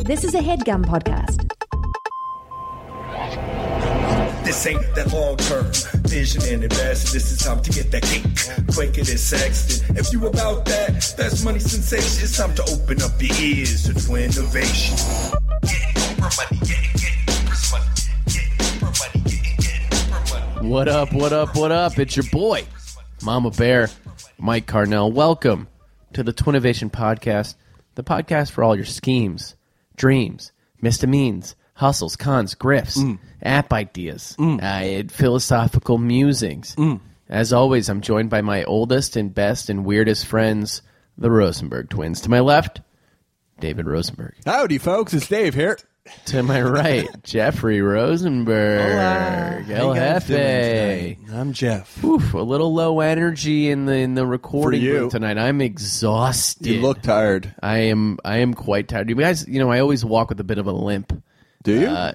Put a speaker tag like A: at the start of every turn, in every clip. A: This is a headgum podcast.
B: This ain't that long term vision and invest. This is time to get that cake quicker than Sexton. If you about that, that's money sensation. It's time to open up your ears to twin innovation. Getting Oprah money, getting getting Oprah's money, getting Oprah money, getting getting Oprah money.
C: What up, what up, what up? It's your boy, Mama Bear, Mike Carnell. Welcome to the Twinnovation Podcast, the podcast for all your schemes, dreams, misdemeans, hustles, cons, grifts, app ideas, uh, and philosophical musings. As always, I'm joined by my oldest and best and weirdest friends, the Rosenberg twins. To my left, David Rosenberg.
D: Howdy, folks. It's Dave here.
C: To my right, Jeffrey Rosenberg. El Jefe.
D: I'm Jeff.
C: Oof, a little low energy in the in the recording
D: For you.
C: booth tonight. I'm exhausted.
D: You look tired.
C: I am I am quite tired. You guys, you know, I always walk with a bit of a limp.
D: Do you?
C: Uh,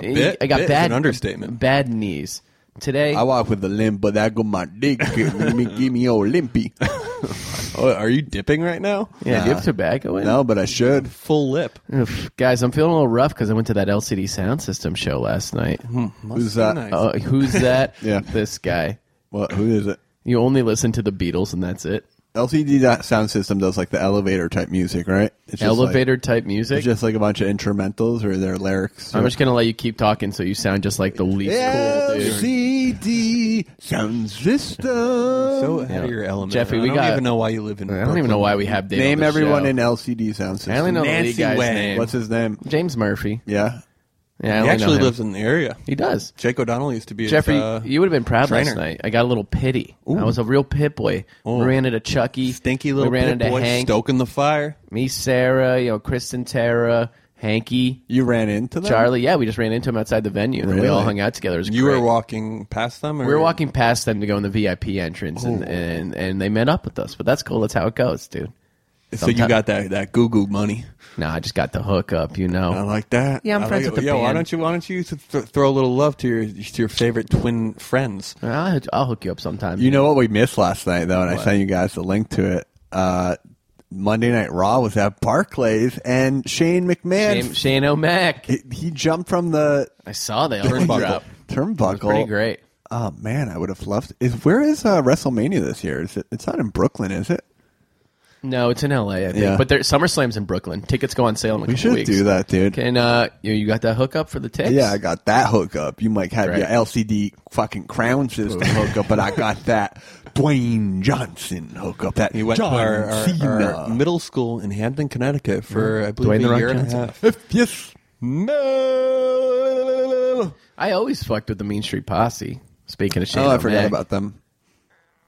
D: bit?
C: I got
D: Bit is
C: bad
D: an understatement.
C: Bad knees. Today
D: I walk with a limp, but I go my dick. give me, give me old limpy. oh, are you dipping right now?
C: Yeah, do you have tobacco in?
D: No, but I should.
E: full lip.
C: Oof. Guys, I'm feeling a little rough because I went to that LCD sound system show last night.
D: Who's that?
C: Uh, who's that?
D: Hmm. Yeah.
C: This guy.
D: What? Who is it?
C: You only listen to the Beatles and that's it.
D: LCD that sound system does like the elevator type music, right? It's just
C: Elevator
D: Like,
C: type music.
D: it's just like a bunch of instrumentals or their lyrics.
C: I'm
D: or-
C: just gonna let you keep talking so you sound just like the least cool dude.
D: LCD sound system.
E: So out
C: Yeah.
E: of your element.
C: Jeffrey, we
E: I don't
C: got-
E: even know why you live in.
C: I don't even know why we have Dave
D: Name
C: on the
D: everyone
C: show.
D: in LCD sound system.
C: I only know the lead
E: Nancy
C: guy's
E: Wang.
C: name.
D: What's his name?
C: James Murphy.
D: Yeah.
C: Yeah, I
E: He
C: only know
E: actually
C: him.
E: lives in the area.
C: He does.
E: Jake O'Donnell used to be.
C: Jeffrey,
E: his, uh,
C: you would have been proud last
E: trainer.
C: night. I got a little pity. I was a real pit boy. We ran into Chucky,
E: stinky little
C: We ran
E: pit
C: into
E: boy
C: Hank,
E: stoking the fire.
C: me, Sarah, you know, Kristen, Tara, Hanky,
D: You ran into them?
C: Charlie. Yeah, we just ran into him outside the venue, and we
D: Really?
C: all hung out together. It was
E: You
C: great.
E: were walking past them. Or?
C: We were walking past them to go in the VIP entrance, and, and and they met up with us. But that's cool. That's how it goes, dude.
E: So you
C: sometime.
E: got that that goo goo money.
C: No, I just got the hook up, you know.
E: I like that.
C: Yeah, I'm
E: I like
C: friends
E: it.
C: with the
E: Yo, why
C: band.
E: don't you why don't you th- th- throw a little love to your to your favorite twin friends?
C: I'll, I'll hook you up sometime.
D: You know what we missed last night though, and I sent you guys the link to it. Uh, Monday Night Raw was at Barclays, and Shane McMahon
C: Shane, Shane O'Mac.
D: he, he jumped from the
C: I saw that elbow drop.
D: turnbuckle.
C: Pretty great.
D: Oh man, I would have loved. Is where is uh, WrestleMania this year? Is it? It's not in Brooklyn, is it?
C: No, it's in L.A. I think,
D: Yeah.
C: but there, SummerSlam's in Brooklyn. Tickets go on sale in a
D: We
C: couple
D: should
C: weeks.
D: do that, dude.
C: Can uh, you, you got that hookup for the tips?
D: Yeah, I got that hookup. You might have
C: Right.
D: your LCD fucking crown system hookup, but I got that Dwayne Johnson hookup. That
E: He went
D: John
E: to our, our,
D: Cena. Oh,
E: our middle school in Hampton, Connecticut for I
C: Dwayne
E: believe
C: The
E: a
C: Rock
E: year and a
C: Johnson.
E: half.
D: yes.
E: No.
C: I always fucked with the Mean Street Posse. Speaking of Shane,
D: Oh, I
C: O'Mac.
D: forgot about them.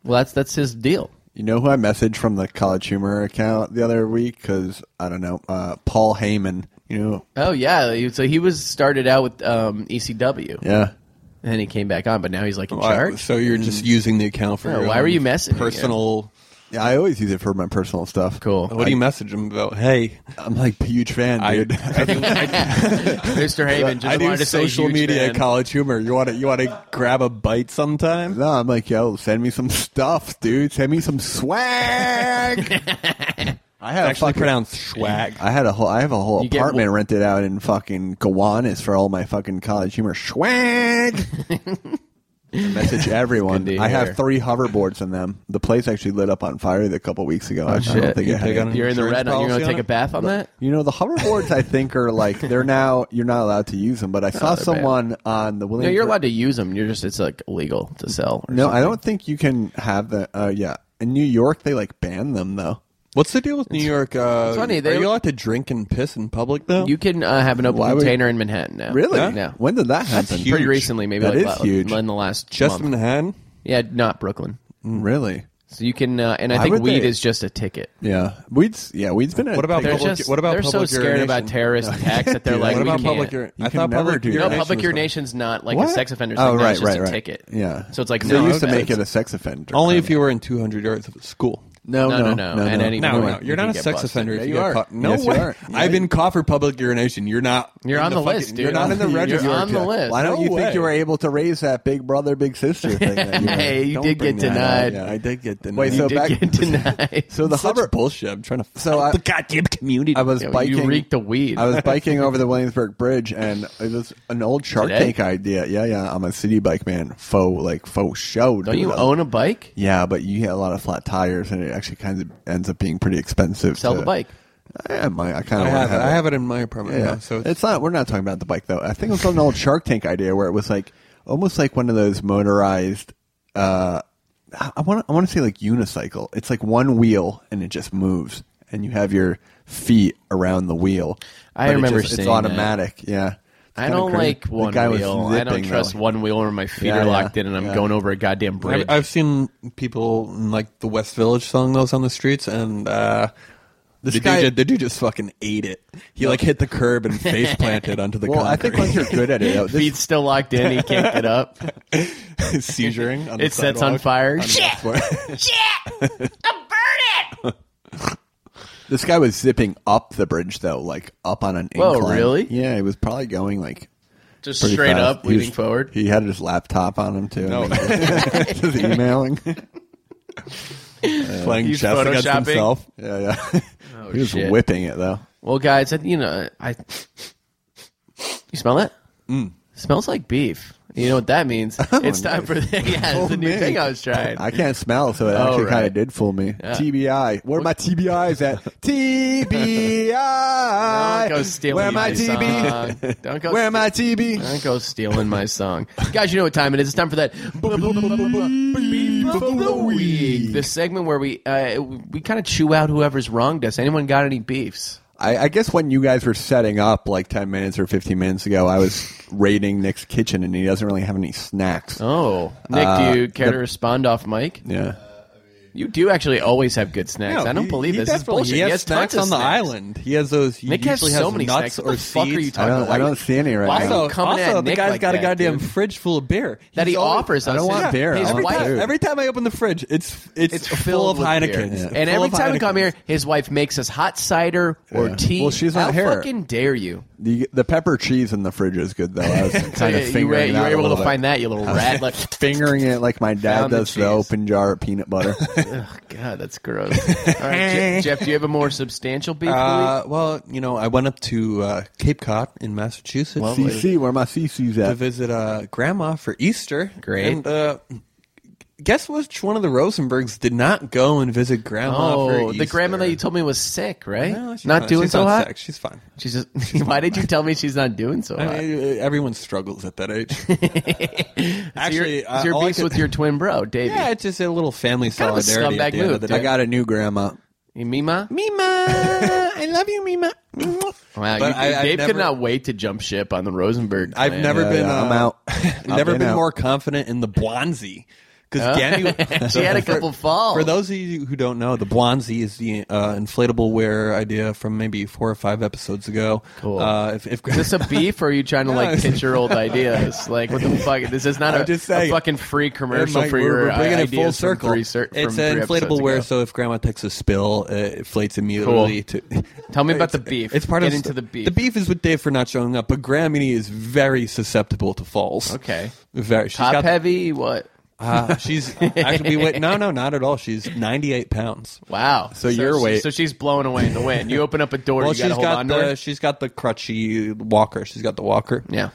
C: Well, that's that's his deal.
D: You know who I messaged from the College Humor account the other week? Because I don't know, uh, Paul Heyman. You know,
C: Oh yeah, he- so he was started out with um, ECW,
D: yeah.
C: and then he came back on, but now he's like in
E: Why-
C: charge.
E: So you're just using the account for
C: Yeah,
E: your
C: why were
E: own
C: you messaging him?
E: Mm-hmm. personal?
D: Yeah, I always use it for my personal stuff.
C: Cool,
E: What do you message him about? Hey,
D: I'm like a huge fan,
E: I,
D: dude.
E: I do, I,
C: Mr. Haven. Just
E: I do
C: wanted to say
E: social
C: huge
E: media
C: fan.
E: college humor. You want to you want to grab a bite sometime?
D: no, I'm like, yo, send me some stuff, dude. Send me some swag. I have
E: Actually,
D: fucking
E: pronounced swag.
D: I had a whole. I have a whole
C: You get
D: apartment
C: one-
D: rented out in fucking Gowanus for all my fucking college humor swag. Message everyone.
C: Good to
D: I
C: hear.
D: have three hoverboards in them. The place actually lit up on fire a couple weeks ago. I- I
C: Oh, Shit.
D: don't think
C: You
D: it had.
E: take
D: any-
E: on-
C: You're in the
E: Insurance
C: red. You're
E: policy
C: gonna
E: on
C: take a
E: it?
C: bath on that.
D: You know the hoverboards. I think are like they're now. You're not allowed to use them. But I saw
C: they're bad.
D: someone on the William.
C: No, you're allowed to use them. You're just it's like illegal to sell. or
D: No,
C: something.
D: I don't think you can have the. Uh, yeah, in New York they like ban them though.
E: What's the deal with New York? Uh,
C: funny,
E: are
C: they-
E: you allowed to drink and piss in public though?
C: You can uh, have an open
D: Why would-
C: container in Manhattan now.
D: Really?
C: Yeah.
D: When did that happen?
E: huge.
C: Pretty recently, maybe
D: That
C: like
D: is
C: la-
D: huge.
C: in the last
E: just in
C: month.
E: Manhattan.
C: Yeah, not Brooklyn.
D: Really?
C: So you can, uh, and I
D: Why
C: think
D: would
C: weed
D: they-
C: is just a ticket.
D: Yeah, weed's yeah, weed's been. a
E: What about
D: big-
C: They're
E: Public-
C: just
E: what about
C: they're so
E: public
C: scared about
E: urination?
C: terrorist attacks that they're
D: do
C: like,
D: that.
E: what
C: we
E: about
C: can't.
E: public? uri-
D: You
E: I
D: can
E: thought
D: never
E: public
D: do that.
C: no,
E: urination.
C: public
E: was-
C: urination's not like a
D: What?
C: sex offender.
D: Oh,
C: thing.
D: right,
C: it's just
D: right,
C: a
D: right.
C: ticket.
D: Yeah.
C: So it's like
D: they
C: no,
D: used to
C: okay.
D: make it a sex offender.
E: Only
D: crime.
E: if you were in 200 yards of the school.
D: No,
C: No,
D: no,
C: no, no. And any-
E: No,
C: No,
E: no,
C: you
E: you're not
C: can
E: a
C: get
E: sex
C: busted.
E: offender.
D: Yeah,
E: if
D: you
E: get
D: are.
E: Caught. No
D: Yes, you
E: way.
D: are. Yeah,
E: I've been
D: you-
E: caught for public urination. You're not.
C: You're
E: in
C: on the
E: fucking-
C: list, dude.
E: You're not in the
C: You're
E: register.
C: on the
E: check.
C: list.
D: Why don't
E: No
D: you
E: way.
D: think you were able to raise that big brother, big sister thing? That you
C: Hey, you
D: Don't
C: did
D: bring
C: get
D: that up.
C: denied.
E: Yeah,
D: Yeah.
E: I did get denied.
D: Wait,
C: You
D: so
C: did
D: back-
C: get denied.
D: So the
E: Such
D: hover.
E: bullshit. I'm trying to.
C: Oh,
D: So I,
E: goddamn community.
D: I was
C: Yeah, well,
D: biking.
C: You reeked the weed.
D: I was biking over the Williamsburg Bridge, and it was an old Shark
C: Today?
D: Tank idea. Yeah, yeah. I'm a city bike man. Faux, like faux show.
C: Don't
D: dude.
C: you own a bike?
D: Yeah, but you get a lot of flat tires, and it actually kind of ends up being pretty expensive.
C: Sell
D: to-
C: the bike.
D: I, might- I kind
E: I
D: of
E: have.
D: want
E: it.
D: to
E: I have it in my apartment.
D: Yeah,
E: now, so it's,
D: it's not. We're not talking about the bike though. I think it was an old Shark Tank idea where it was like almost like one of those motorized. Uh, I want. I want to say like unicycle. It's like one wheel and it just moves, and you have your feet around the wheel.
C: I
D: But it
C: remember
D: just-
C: seeing
D: it's automatic. Yeah, It's
C: I
D: kinda
C: don't
D: crazy.
C: like
D: The
C: one
D: guy was
C: wheel. I don't
D: zipping,
C: trust
D: though.
C: one wheel where my feet
D: Yeah,
C: are
D: yeah.
C: locked in and I'm
D: Yeah.
C: going over a goddamn bridge.
E: I've, I've seen people in like the West Village selling those on the streets, and uh, the dude,
D: guy-
E: ju- the dude just fucking ate it. He like hit the curb and face planted onto the
D: Well, I
E: concrete.
D: think once you're good at it, though, this,
C: Feet still locked in. He can't get up.
E: seizuring. On the
C: It sets on
E: sidewalk.
C: fire.
E: Shit.
D: this guy was zipping up the bridge though, like up on an
C: Whoa,
D: incline.
C: really?
D: Yeah, he was probably going like
C: Just
D: pretty
C: straight
D: fast.
C: up,
D: He was-
C: leaning forward.
D: He had his laptop on him too.
E: No.
D: and he was emailing. Uh,
E: playing
C: He's
E: chess against
C: photoshopping.
E: himself.
D: Yeah, yeah. he was
C: Oh, shit.
D: whipping it though.
C: Well, guys, I, you know, I. You smell it? Smells like beef. You know what that means? It's time for the, yeah, it's the new
D: me.
C: thing I was trying.
D: I can't smell, so it actually
C: Oh, right.
D: kind of did fool me. TBI. Where are my TBIs at? TBI.
C: Don't go stealing
D: Where are
C: my,
D: my TB?
C: song. Don't go.
D: Where are my TB?
C: Don't go stealing my song, guys. You know what time it is? It's time for that beef of the week. The segment where we uh, we kind of chew out whoever's wronged us. Anyone got any beefs?
D: I, I guess when you guys were setting up like 10 minutes or 15 minutes ago, I was raiding Nick's kitchen and he doesn't really have any snacks.
C: Oh, Nick,
D: Uh,
C: do you care
D: the-
C: to respond off Mike?
D: Yeah.
C: You do actually always have good snacks. I don't
E: he-
C: believe
E: he
C: this is
E: definitely-
C: bullshit.
E: He has,
C: has
E: snacks
C: tons
E: on
C: of
E: the
C: snacks.
E: island. He has those. He
C: Nick has
E: usually
C: so many
E: nuts
C: snacks. What
E: or
C: the fuck are you
E: seeds.
D: I
C: Talking
D: don't,
C: about
D: I
C: like-
D: don't see any right
C: Why
D: now.
E: Also,
C: Don't come
E: also,
C: at
E: the
C: Nick
E: guy's
C: like
E: got a
C: that,
E: goddamn
C: dude.
E: fridge full of beer
C: That he
E: He's always-
C: offers
D: I
C: us.
D: don't want
C: his-
D: beer.
C: His
D: I
E: Every
D: want
C: wife,
E: time,
D: food.
E: every time I open the fridge, it's it's,
C: it's
E: full of
C: with beer.
E: Heinekens. It's
C: And
E: full
C: every
E: of
C: time we come
E: Heinekens.
C: here, his wife makes us hot cider or
D: Yeah.
C: tea.
D: Well, she's
C: How
D: not here.
C: fucking dare you?
D: The, the pepper cheese in the fridge is good though. I was kind
C: Yeah,
D: of
C: you were,
D: fingering
C: you
D: it
C: were
D: out
C: able to
D: a little bit.
C: find that, you little rat. Like,
D: fingering it like my dad
C: Found the
D: does the,
C: cheese.
D: open jar of peanut butter.
C: Ugh, God, that's gross. All right, Je- Jeff, do you have a more substantial beef?
E: Uh, well, you know, I went up to uh, Cape Cod in Massachusetts
D: CC, where my CC's
E: to
D: at?
E: visit uh, Grandma for Easter.
C: Great.
E: And uh, guess which one of the Rosenbergs did not go and visit Grandma
C: oh,
E: for
C: the
E: Easter?
C: grandma that you told me was sick, right?
E: No, she's
C: not
E: fine.
C: doing
E: She's
C: so
E: not
C: hot.
E: sick. She's fine.
C: She's just. why did you tell me she's not doing so hot?
E: I mean, everyone struggles at that age.
C: So you're-
E: Actually,
C: so
E: uh,
C: you're
E: all I
C: beef
E: could-
C: with your twin bro, Davey.
E: Yeah, it's just a little family
C: Kind of a
E: solidarity.
C: scumbag
E: at the end of
C: move,
E: the
C: dude.
E: day.
D: I got a new grandma.
C: You Mima?
D: Mima, I love you, Mima.
C: Wow, you,
E: But I- I've
C: Dave could
E: never-
C: not wait to jump ship on the Rosenberg.
E: I've
C: clan.
E: never
D: Yeah,
E: been.
D: yeah, I'm
E: uh,
D: out.
E: never
D: been
E: been
D: out.
E: more confident in the Blonzy because
C: She had a couple falls.
E: For those of you who don't know, the Blonzy is the uh, inflatable wear idea from maybe four or five episodes ago.
C: Cool.
E: Uh, if, if
C: Is this a beef, or are you trying to like
E: it's-
C: pitch your old ideas? Like, what the fuck? This is not a,
E: I'm just
C: a
E: saying.
C: fucking free commercial
E: Mike,
C: for
E: we're,
C: your
E: we're bringing
C: uh,
E: it full
C: ideas from
E: circle.
C: three cer- from
E: it's
C: three
E: an
C: episodes
E: inflatable wear,
C: ago.
E: so if Grandma takes a spill, uh, it inflates immediately. To
C: Tell me about the
E: It's-
C: beef.
E: It's part
C: Get
E: of
C: into the beef.
E: The beef is with Dave for not showing up, but Grammy is very susceptible to falls.
C: Okay.
E: very. she's
C: top
E: got-
C: heavy. What?
E: Uh, she's actually we went. No, no, not at all. She's 98 pounds.
C: Wow.
E: So your
C: she-
E: weight-
C: So she's blowing away in the wind. You open up a door.
E: Well,
C: you gotta
E: she's
C: hold
E: got
C: on
E: the
C: to it.
E: she's got the crutchy walker. She's got the walker.
C: Yeah,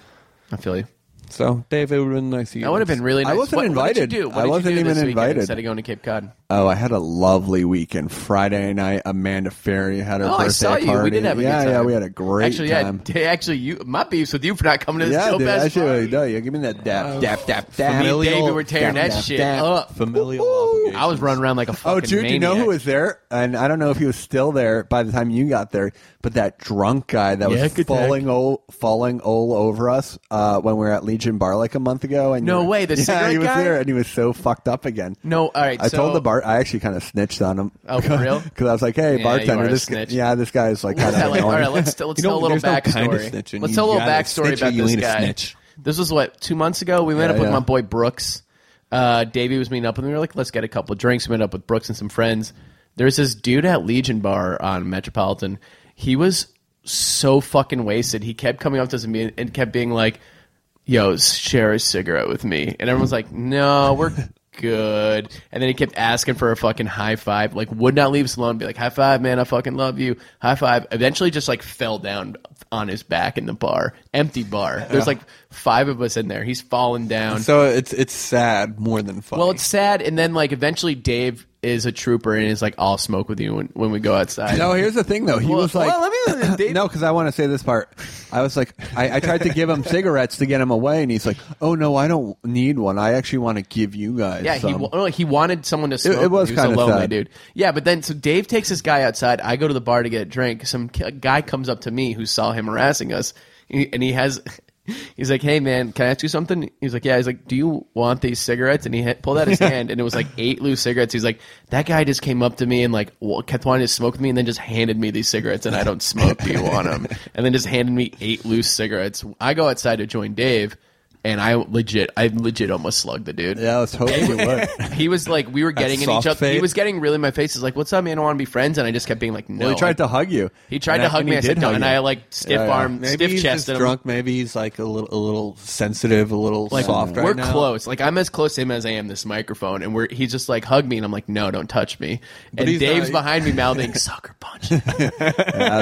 C: I feel you.
E: So Dave, it would have been nice. to you
C: That would have been really.
D: I
C: Nice.
D: wasn't
C: What- What did
D: invited.
C: you do? What
D: I
C: did you
D: wasn't
C: do
D: even
C: this weekend
D: invited.
C: Instead of going to Cape Cod.
D: Oh, I had a lovely weekend. Friday night, Amanda Ferry had her
C: Oh,
D: birthday
C: I saw you.
D: party.
C: We did have a good
D: yeah,
C: time.
D: yeah, we had a great
C: actually,
D: time.
C: Yeah, d- actually, you. My beef's with you for not coming to this
D: yeah,
C: dope
D: dude,
C: ass
D: actually,
C: party.
D: no, yeah, give me that dap, dap, dap, dap.
C: Me and David were tearing
D: Dap,
C: that
D: dap,
C: shit
D: dap.
C: up.
E: familial obligation.
C: I was running around like a fucking
D: Oh, dude, you know who was there? And I don't know if he was still there by the time you got there, but that drunk guy that
E: Yak
D: was
E: attack.
D: falling all, falling all over us uh, when we were at Legion Bar like a month ago. And
C: No
D: you were-
C: way, the
D: yeah,
C: cigarette
D: he was
C: guy?
D: there, and he was so fucked up again.
C: No, all right.
D: I
C: so,
D: told the bar. I actually kind of snitched on him.
C: Oh, for real?
D: Because I was like, "Hey,
C: Yeah, you
D: bartender,
C: are a
D: this guy,
C: snitch.
D: yeah, this guy is like
C: What
D: kind
C: was that
D: of
C: like? All right,
D: annoying."
C: let's let's
E: You know,
C: tell a little
E: there's no
C: backstory.
E: kind of snitching.
C: let's
E: You
C: tell a little
E: gotta
C: backstory
E: snitch or
C: about
E: you
C: this
E: ain't a
C: guy.
E: snitch.
C: This was what two months ago. We met
D: Yeah,
C: up with
D: yeah.
C: my boy Brooks. Uh, Davey was meeting up, and we were like, "Let's get a couple drinks." We met up with Brooks and some friends. There's this dude at Legion Bar on Metropolitan. He was so fucking wasted. He kept coming up to us and, being, and kept being like, "Yo, share a cigarette with me," and everyone's like, "No, we're." Good, and then he kept asking for a fucking high five. Like, would not leave us alone. Be like, high five, man. I fucking love you. High five. Eventually, just like fell down on his back in the bar, empty bar. There's like five of us in there. He's fallen down.
E: So it's it's sad more than funny.
C: Well, it's sad, and then like eventually Dave is a trooper and is like, "I'll smoke with you when, when we go outside."
D: No, here's the thing though. He
C: Well,
D: was like,
C: well, let me- uh, Dave-
D: no, because I want to say this part. I was like, I, I tried to give him cigarettes to get him away, and he's like, oh no, I don't need one. I actually want to give you guys.
C: yeah, he
D: some."
C: wa- no, he wanted someone to smoke.
D: it was
C: with him. He
D: kinda
C: a lonely
D: sad.
C: dude. Yeah, but then so Dave takes this guy outside. I go to the bar to get a drink. Some ki- guy comes up to me who saw him harassing us, and he- and he has. He's like, "Hey man, can I ask you something?" He's like, "Yeah." He's like, "Do you want these cigarettes?" And he hit, pulled out his hand, and it was like eight loose cigarettes. He's like, "That guy just came up to me and like wa- kept wanting to smoke with me, and then just handed me these cigarettes, and I don't smoke. Do you want them?" And then just handed me eight loose cigarettes. I go outside to join Dave, and I legit, I legit almost slugged the dude.
D: Yeah, I was hoping it would.
C: He was like, we were getting in each
E: soft
C: other. He
E: fade.
C: was getting really in my face. He's like, "What's up, man? I want to be friends." And I just kept being like, "No."
D: Well, he tried to hug you.
C: He tried
D: And
C: to
D: I-
C: hug
D: and
C: me.
D: he
C: I said,
D: did
C: "No,"
D: hug
C: and
D: you.
C: I like stiff
D: Yeah, yeah.
C: arm,
E: maybe
C: stiff
E: he's
C: chest,
E: just
C: him.
E: drunk. Maybe he's like a little a little sensitive, a little
C: Like
E: soft right
C: we're
E: now.
C: close. Like I'm as close to him as I am this microphone, and we're he's just like hug me, and I'm like, "No, don't touch me." and
E: he's
C: Dave's
E: not-
C: behind me mouthing "sucker punch."
D: Yeah, I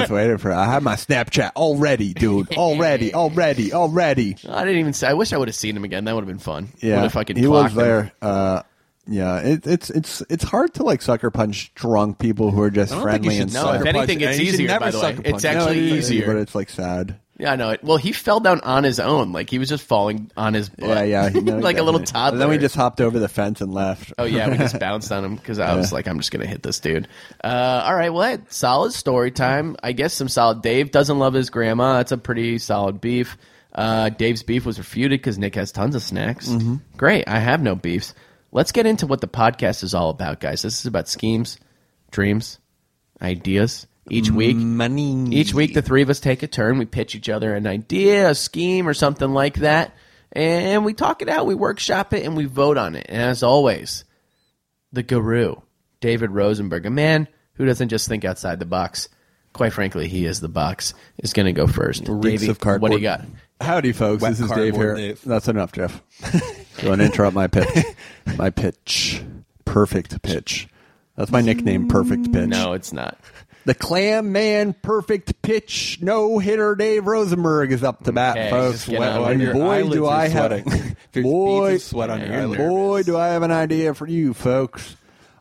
D: was waiting for. I had my Snapchat already, dude. Already, already, already.
C: I didn't even say. I wish I would have seen him again. That would have been fun.
D: Yeah,
C: Would have fucking
D: he
C: clocked
D: was
C: him.
D: there. Uh, yeah, it, it's it's it's hard to like sucker punch drunk people who are just
E: I don't think you
D: friendly
E: should
D: and
C: No,
E: sucker
C: if
D: stuff.
E: punch.
C: anything, it's
E: You should
C: easier,
E: never
C: by the way.
E: sucker punch.
C: It's actually-
D: it's
C: easier.
D: but it's like sad.
C: Yeah, I know it. Well, he fell down on his own. Like he was just falling on his butt.
D: Yeah, yeah, he- no,
C: like a little
D: definitely.
C: toddler.
D: And then we just hopped over the fence and left.
C: Oh yeah, we just bounced on him because I was like, I'm just gonna hit this dude. Uh, all right, well, hey, solid story time. I guess some solid. Dave doesn't love his grandma. That's a pretty solid beef. Uh, Dave's beef was refuted because Nick has tons of snacks. Great, I have no beefs. Let's get into what the podcast is all about, guys. This is about schemes, dreams, ideas. Each week,
E: Money.
C: each week, the three of us take a turn. We pitch each other an idea, a scheme, or something like that. And we talk it out, we workshop it, and we vote on it. And as always, the guru, David Rosenberg, a man who doesn't just think outside the box. Quite frankly, he is the box, is going to go first.
E: Reeks
C: Davey,
E: of cardboard.
C: What do you got?
D: Howdy, folks.
E: Wet
D: This is Dave here.
E: cardboard Dave.
D: That's enough, Jeff. Don't interrupt my pitch. My pitch. Perfect pitch. That's my nickname, Perfect Pitch.
C: No, it's not.
D: The Clam Man Perfect Pitch No Hitter Dave Rosenberg is up to bat,
C: Okay, just
D: folks.
C: get on
D: Well,
C: with
D: and
C: it. Your
D: boy,
E: eyelids
D: do
E: are
D: I have
E: sweating. There's
D: boy,
E: beads of sweat on your
D: Yeah,
E: eyelids.
D: boy, do I have an idea for you, folks.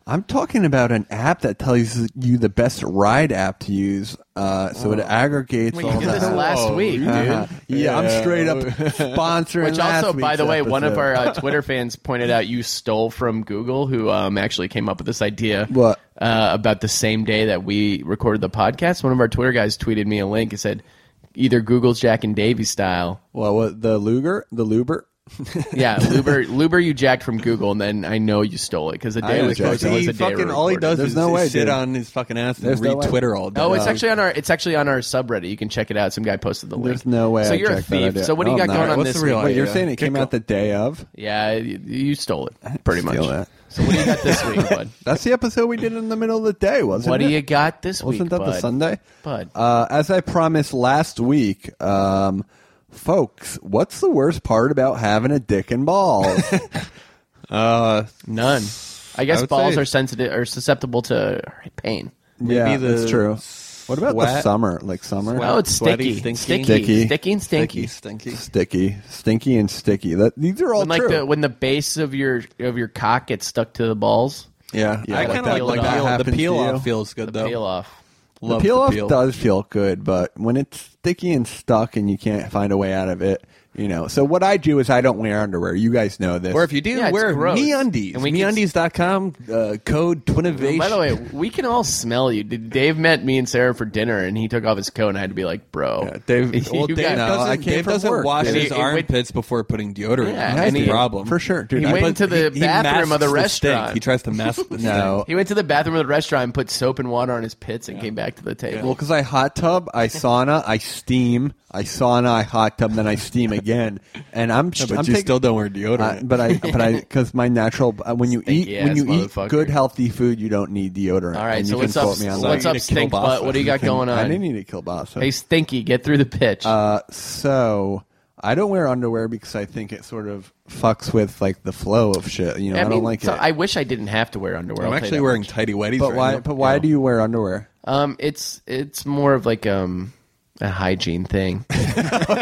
D: I'm talking about an app that tells you the best ride app to use, uh, so it aggregates
C: Oh. Well,
D: all
C: you did
D: the
C: this last week, dude.
D: Uh-huh. Yeah, I'm straight up sponsoring.
C: Which
D: last
C: also, by
D: week's
C: the way, one of
D: episode.
C: our uh, Twitter fans pointed out you stole from Google, who um, actually came up with this idea.
D: What?
C: Uh, about the same day that we recorded the podcast, one of our Twitter guys tweeted me a link and said, "Either Google's Jack and Davy style,
D: well, what the Luger, the Luber.
C: yeah, Luber, Luber, you jacked from Google, and then I know you stole it because the
D: I
C: day
D: am
C: was supposed to
D: jacking.
C: was
E: He
C: the day we
E: fucking all he
C: recorded.
E: does
D: There's
E: is,
D: no
E: is
D: way,
E: sit
D: dude.
E: on his fucking ass and
D: There's
E: read
D: no way.
E: Twitter all day.
C: Oh, it's
E: long.
C: actually on our it's actually on our subreddit. You can check it out. Some guy posted the link.
D: There's no way.
C: So
D: I
C: you're a
D: checked that
C: thief.
D: idea. Oh,
C: So what do you
D: No,
C: got
D: I'm not.
C: going on
E: What's
C: this
E: the real
C: week?
D: Wait, you're
E: Yeah.
D: saying it came
E: Kick
D: out the day of?
C: Yeah, you, you stole it pretty much.
D: Steal that.
C: So what do you got this week, bud?
D: That's the episode we did in the middle of the day, wasn't
C: What
D: it?
C: do you got this week?
D: Wasn't that the
C: bud?
D: Sunday?
C: Bud.
D: Uh, as I promised last week, um, folks, what's the worst part about having a dick and balls?
E: Uh,
C: None. I guess
E: would
C: balls
E: say-
C: are sensitive or susceptible to pain.
D: yeah,
E: the
D: that's true. What about the
E: sweat-
D: summer? Like summer?
E: sweat-
C: Oh, it's
E: Sweaty,
C: sticky,
E: stinky.
C: sticky,
D: Sticky.
C: sticky, and stinky.
E: stinky, stinky.
D: Sticky, stinky, and sticky. That, these are all
C: When like
D: true.
C: the when the base of your of your cock gets stuck to the balls,
E: Yeah,
D: Yeah,
E: I
D: like
E: kind of
C: that-
E: like,
C: like that
E: the peel. The
D: happens
E: peel
D: to you.
E: off feels good though.
C: peel off.
D: The
E: Love
D: peel
E: the
D: off
E: peel.
D: does feel good, but when it's sticky and stuck and you can't find a way out of it, you know. So what I do is I don't wear underwear. You guys know this.
E: Or if you do,
C: Yeah, it's
E: wear
C: gross.
E: MeUndies.
C: And we can-
E: MeUndies.com, uh, code Twinnovation.
C: By the way, we can all smell you. Did- Dave met me and Sarah for dinner, and he took off his coat, and I had to be like, "Bro,
E: Yeah, Dave,
C: you
E: well, Dave
C: got-
D: No, I
E: doesn't,
D: came
E: Dave
D: from
E: doesn't
D: work,
E: wash
C: dude.
E: his
C: It- it went-
E: armpits before putting deodorant.
C: Yeah,
E: on.
C: and
E: That's the
C: he-
E: problem
D: for sure, dude.
C: He
D: I
C: went
D: put-
C: to the
E: He- he
C: bathroom of the
E: masks stink.
C: restaurant.
E: He tries to mask the
D: no,
C: He went to the bathroom of the restaurant, and put soap and water on his pits, and came back to the table.
D: Well, because I hot tub, I sauna, I steam, I sauna, I hot tub, then I steam again, and I'm.
E: No, but
D: I'm
E: you
D: taking-
E: still don't wear
D: Uh,
E: deodorant.
D: but I, but I, because my natural uh, when you eat
C: Stinky
D: when you
C: ass
D: eat
C: motherfucker.
D: good healthy food, you don't need deodorant.
C: All right,
D: and
C: so
D: you can
C: what's up?
D: quote me on
E: so
D: that.
C: What's up,
E: Sorry,
C: stink
E: Kilbasa.
C: butt? What do you got
D: Can-
C: going on?
D: I didn't need a kielbasa.
C: hey, Stinky, get through the pitch.
D: Uh, so I don't wear underwear because I think it sort of fucks with like the flow of shit. You know, I, don't
C: mean,
D: like
C: so
D: it.
C: I wish I didn't have to wear underwear.
E: I'm
C: I'll tell you
E: actually
C: that
E: wearing
C: much.
E: tidy whities.
D: but
E: right
D: why?
E: now.
D: But why do you wear underwear?
C: Um, it's it's more of like um a hygiene thing.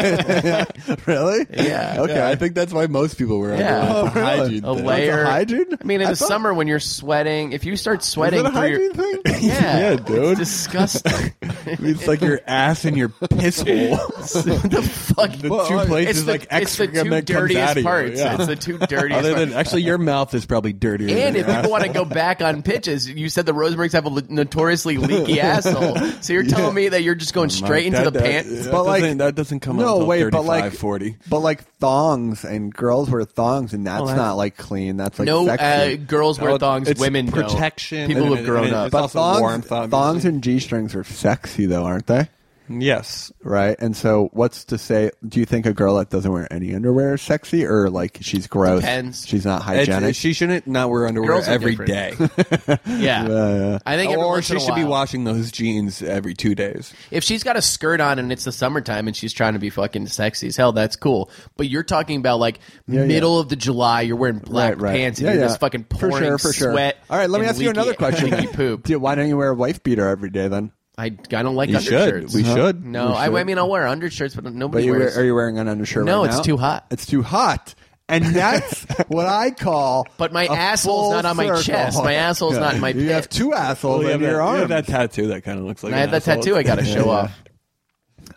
D: really?
C: Yeah.
D: Okay.
E: Yeah, I think that's why most people wear
C: Yeah.
D: Oh,
E: underwear. It's a
D: really?
E: hygiene
C: a
E: thing.
C: layer.
D: hygiene?
C: I mean, in
D: I
C: the
D: thought-
C: summer when you're sweating, if you start
D: Is
C: sweating
D: it a
C: through your
D: hygiene thing?
C: yeah,
D: dude.
C: it's disgusting.
D: it's like your ass and your piss hole.
C: what the fuck?
E: The two places
C: it's the,
E: like
C: it's the
E: extra
C: two
E: comes out of
C: dirtiest
E: you.
C: parts.
E: Yeah.
C: It's the two dirtiest.
E: Other
C: parts.
E: than actually, your mouth is probably dirtier.
C: And if
E: than your
C: people
E: ass.
C: want to go back on pitches, you said the Rosenbergs have a le- notoriously leaky asshole. So you're telling me that you're just going straight into
E: That-
C: the
E: that-
C: pants?
E: that
D: But, like-
E: doesn't- that doesn't come out
D: no,
E: until
D: wait,
E: 35,
D: but like
E: 40.
D: but like thongs and girls wear thongs, and that's
C: that's-
D: not like clean. That's like
C: no, uh,
D: sexy.
C: girls wear
E: No,
C: thongs.
E: it's
C: women don't.
E: protection
C: People
E: and
C: who have
E: it-
C: grown
E: and it-
C: up.
E: it's-
D: but
E: also
D: thongs,
E: warmth, obviously.
D: thongs and g strings are sexy though, aren't they?
E: Yes,
D: Right. And so, what's to say? Do you think a girl that doesn't wear any underwear is sexy, or like she's gross?
C: Depends.
D: She's not
E: It's-
D: hygienic.
E: uh, she shouldn't not wear underwear
C: Girls are
E: every day,
C: different. yeah. I think every
E: or
C: once
E: she
C: in a
E: should be
C: while.
E: washing those jeans every two days.
C: If she's got a skirt on and it's the summertime and she's trying to be fucking sexy as hell, that's cool. But you're talking about like
D: yeah.
C: middle of the July, you're wearing black pants and you're just fucking pouring
D: for sure, for sure.
C: sweat.
D: All right, let me
C: and
D: ask you another
C: leaky-
D: question.
C: leaky poop.
D: Dude, why don't you wear a wife beater every day then?
C: I, I don't like
E: You
C: undershirts.
E: should. We should.
C: No,
E: We
C: I, I
E: should.
C: mean I'll wear undershirts, but nobody
D: Uh-huh. But you
C: wears.
D: wear, are you wearing an undershirt?
C: No,
D: right
C: it's
D: now?
C: too hot.
D: It's too hot, and that's what I call.
C: But my
D: a
C: asshole's
D: full
C: not on my
D: circle.
C: chest. My asshole's not in my
D: You have
C: pit.
D: two assholes
E: Well, you
D: in
E: have that,
D: your
E: you
D: arm.
E: have that tattoo that kind of looks like
C: and I
E: an
C: have that
E: asshole.
C: tattoo I got to show off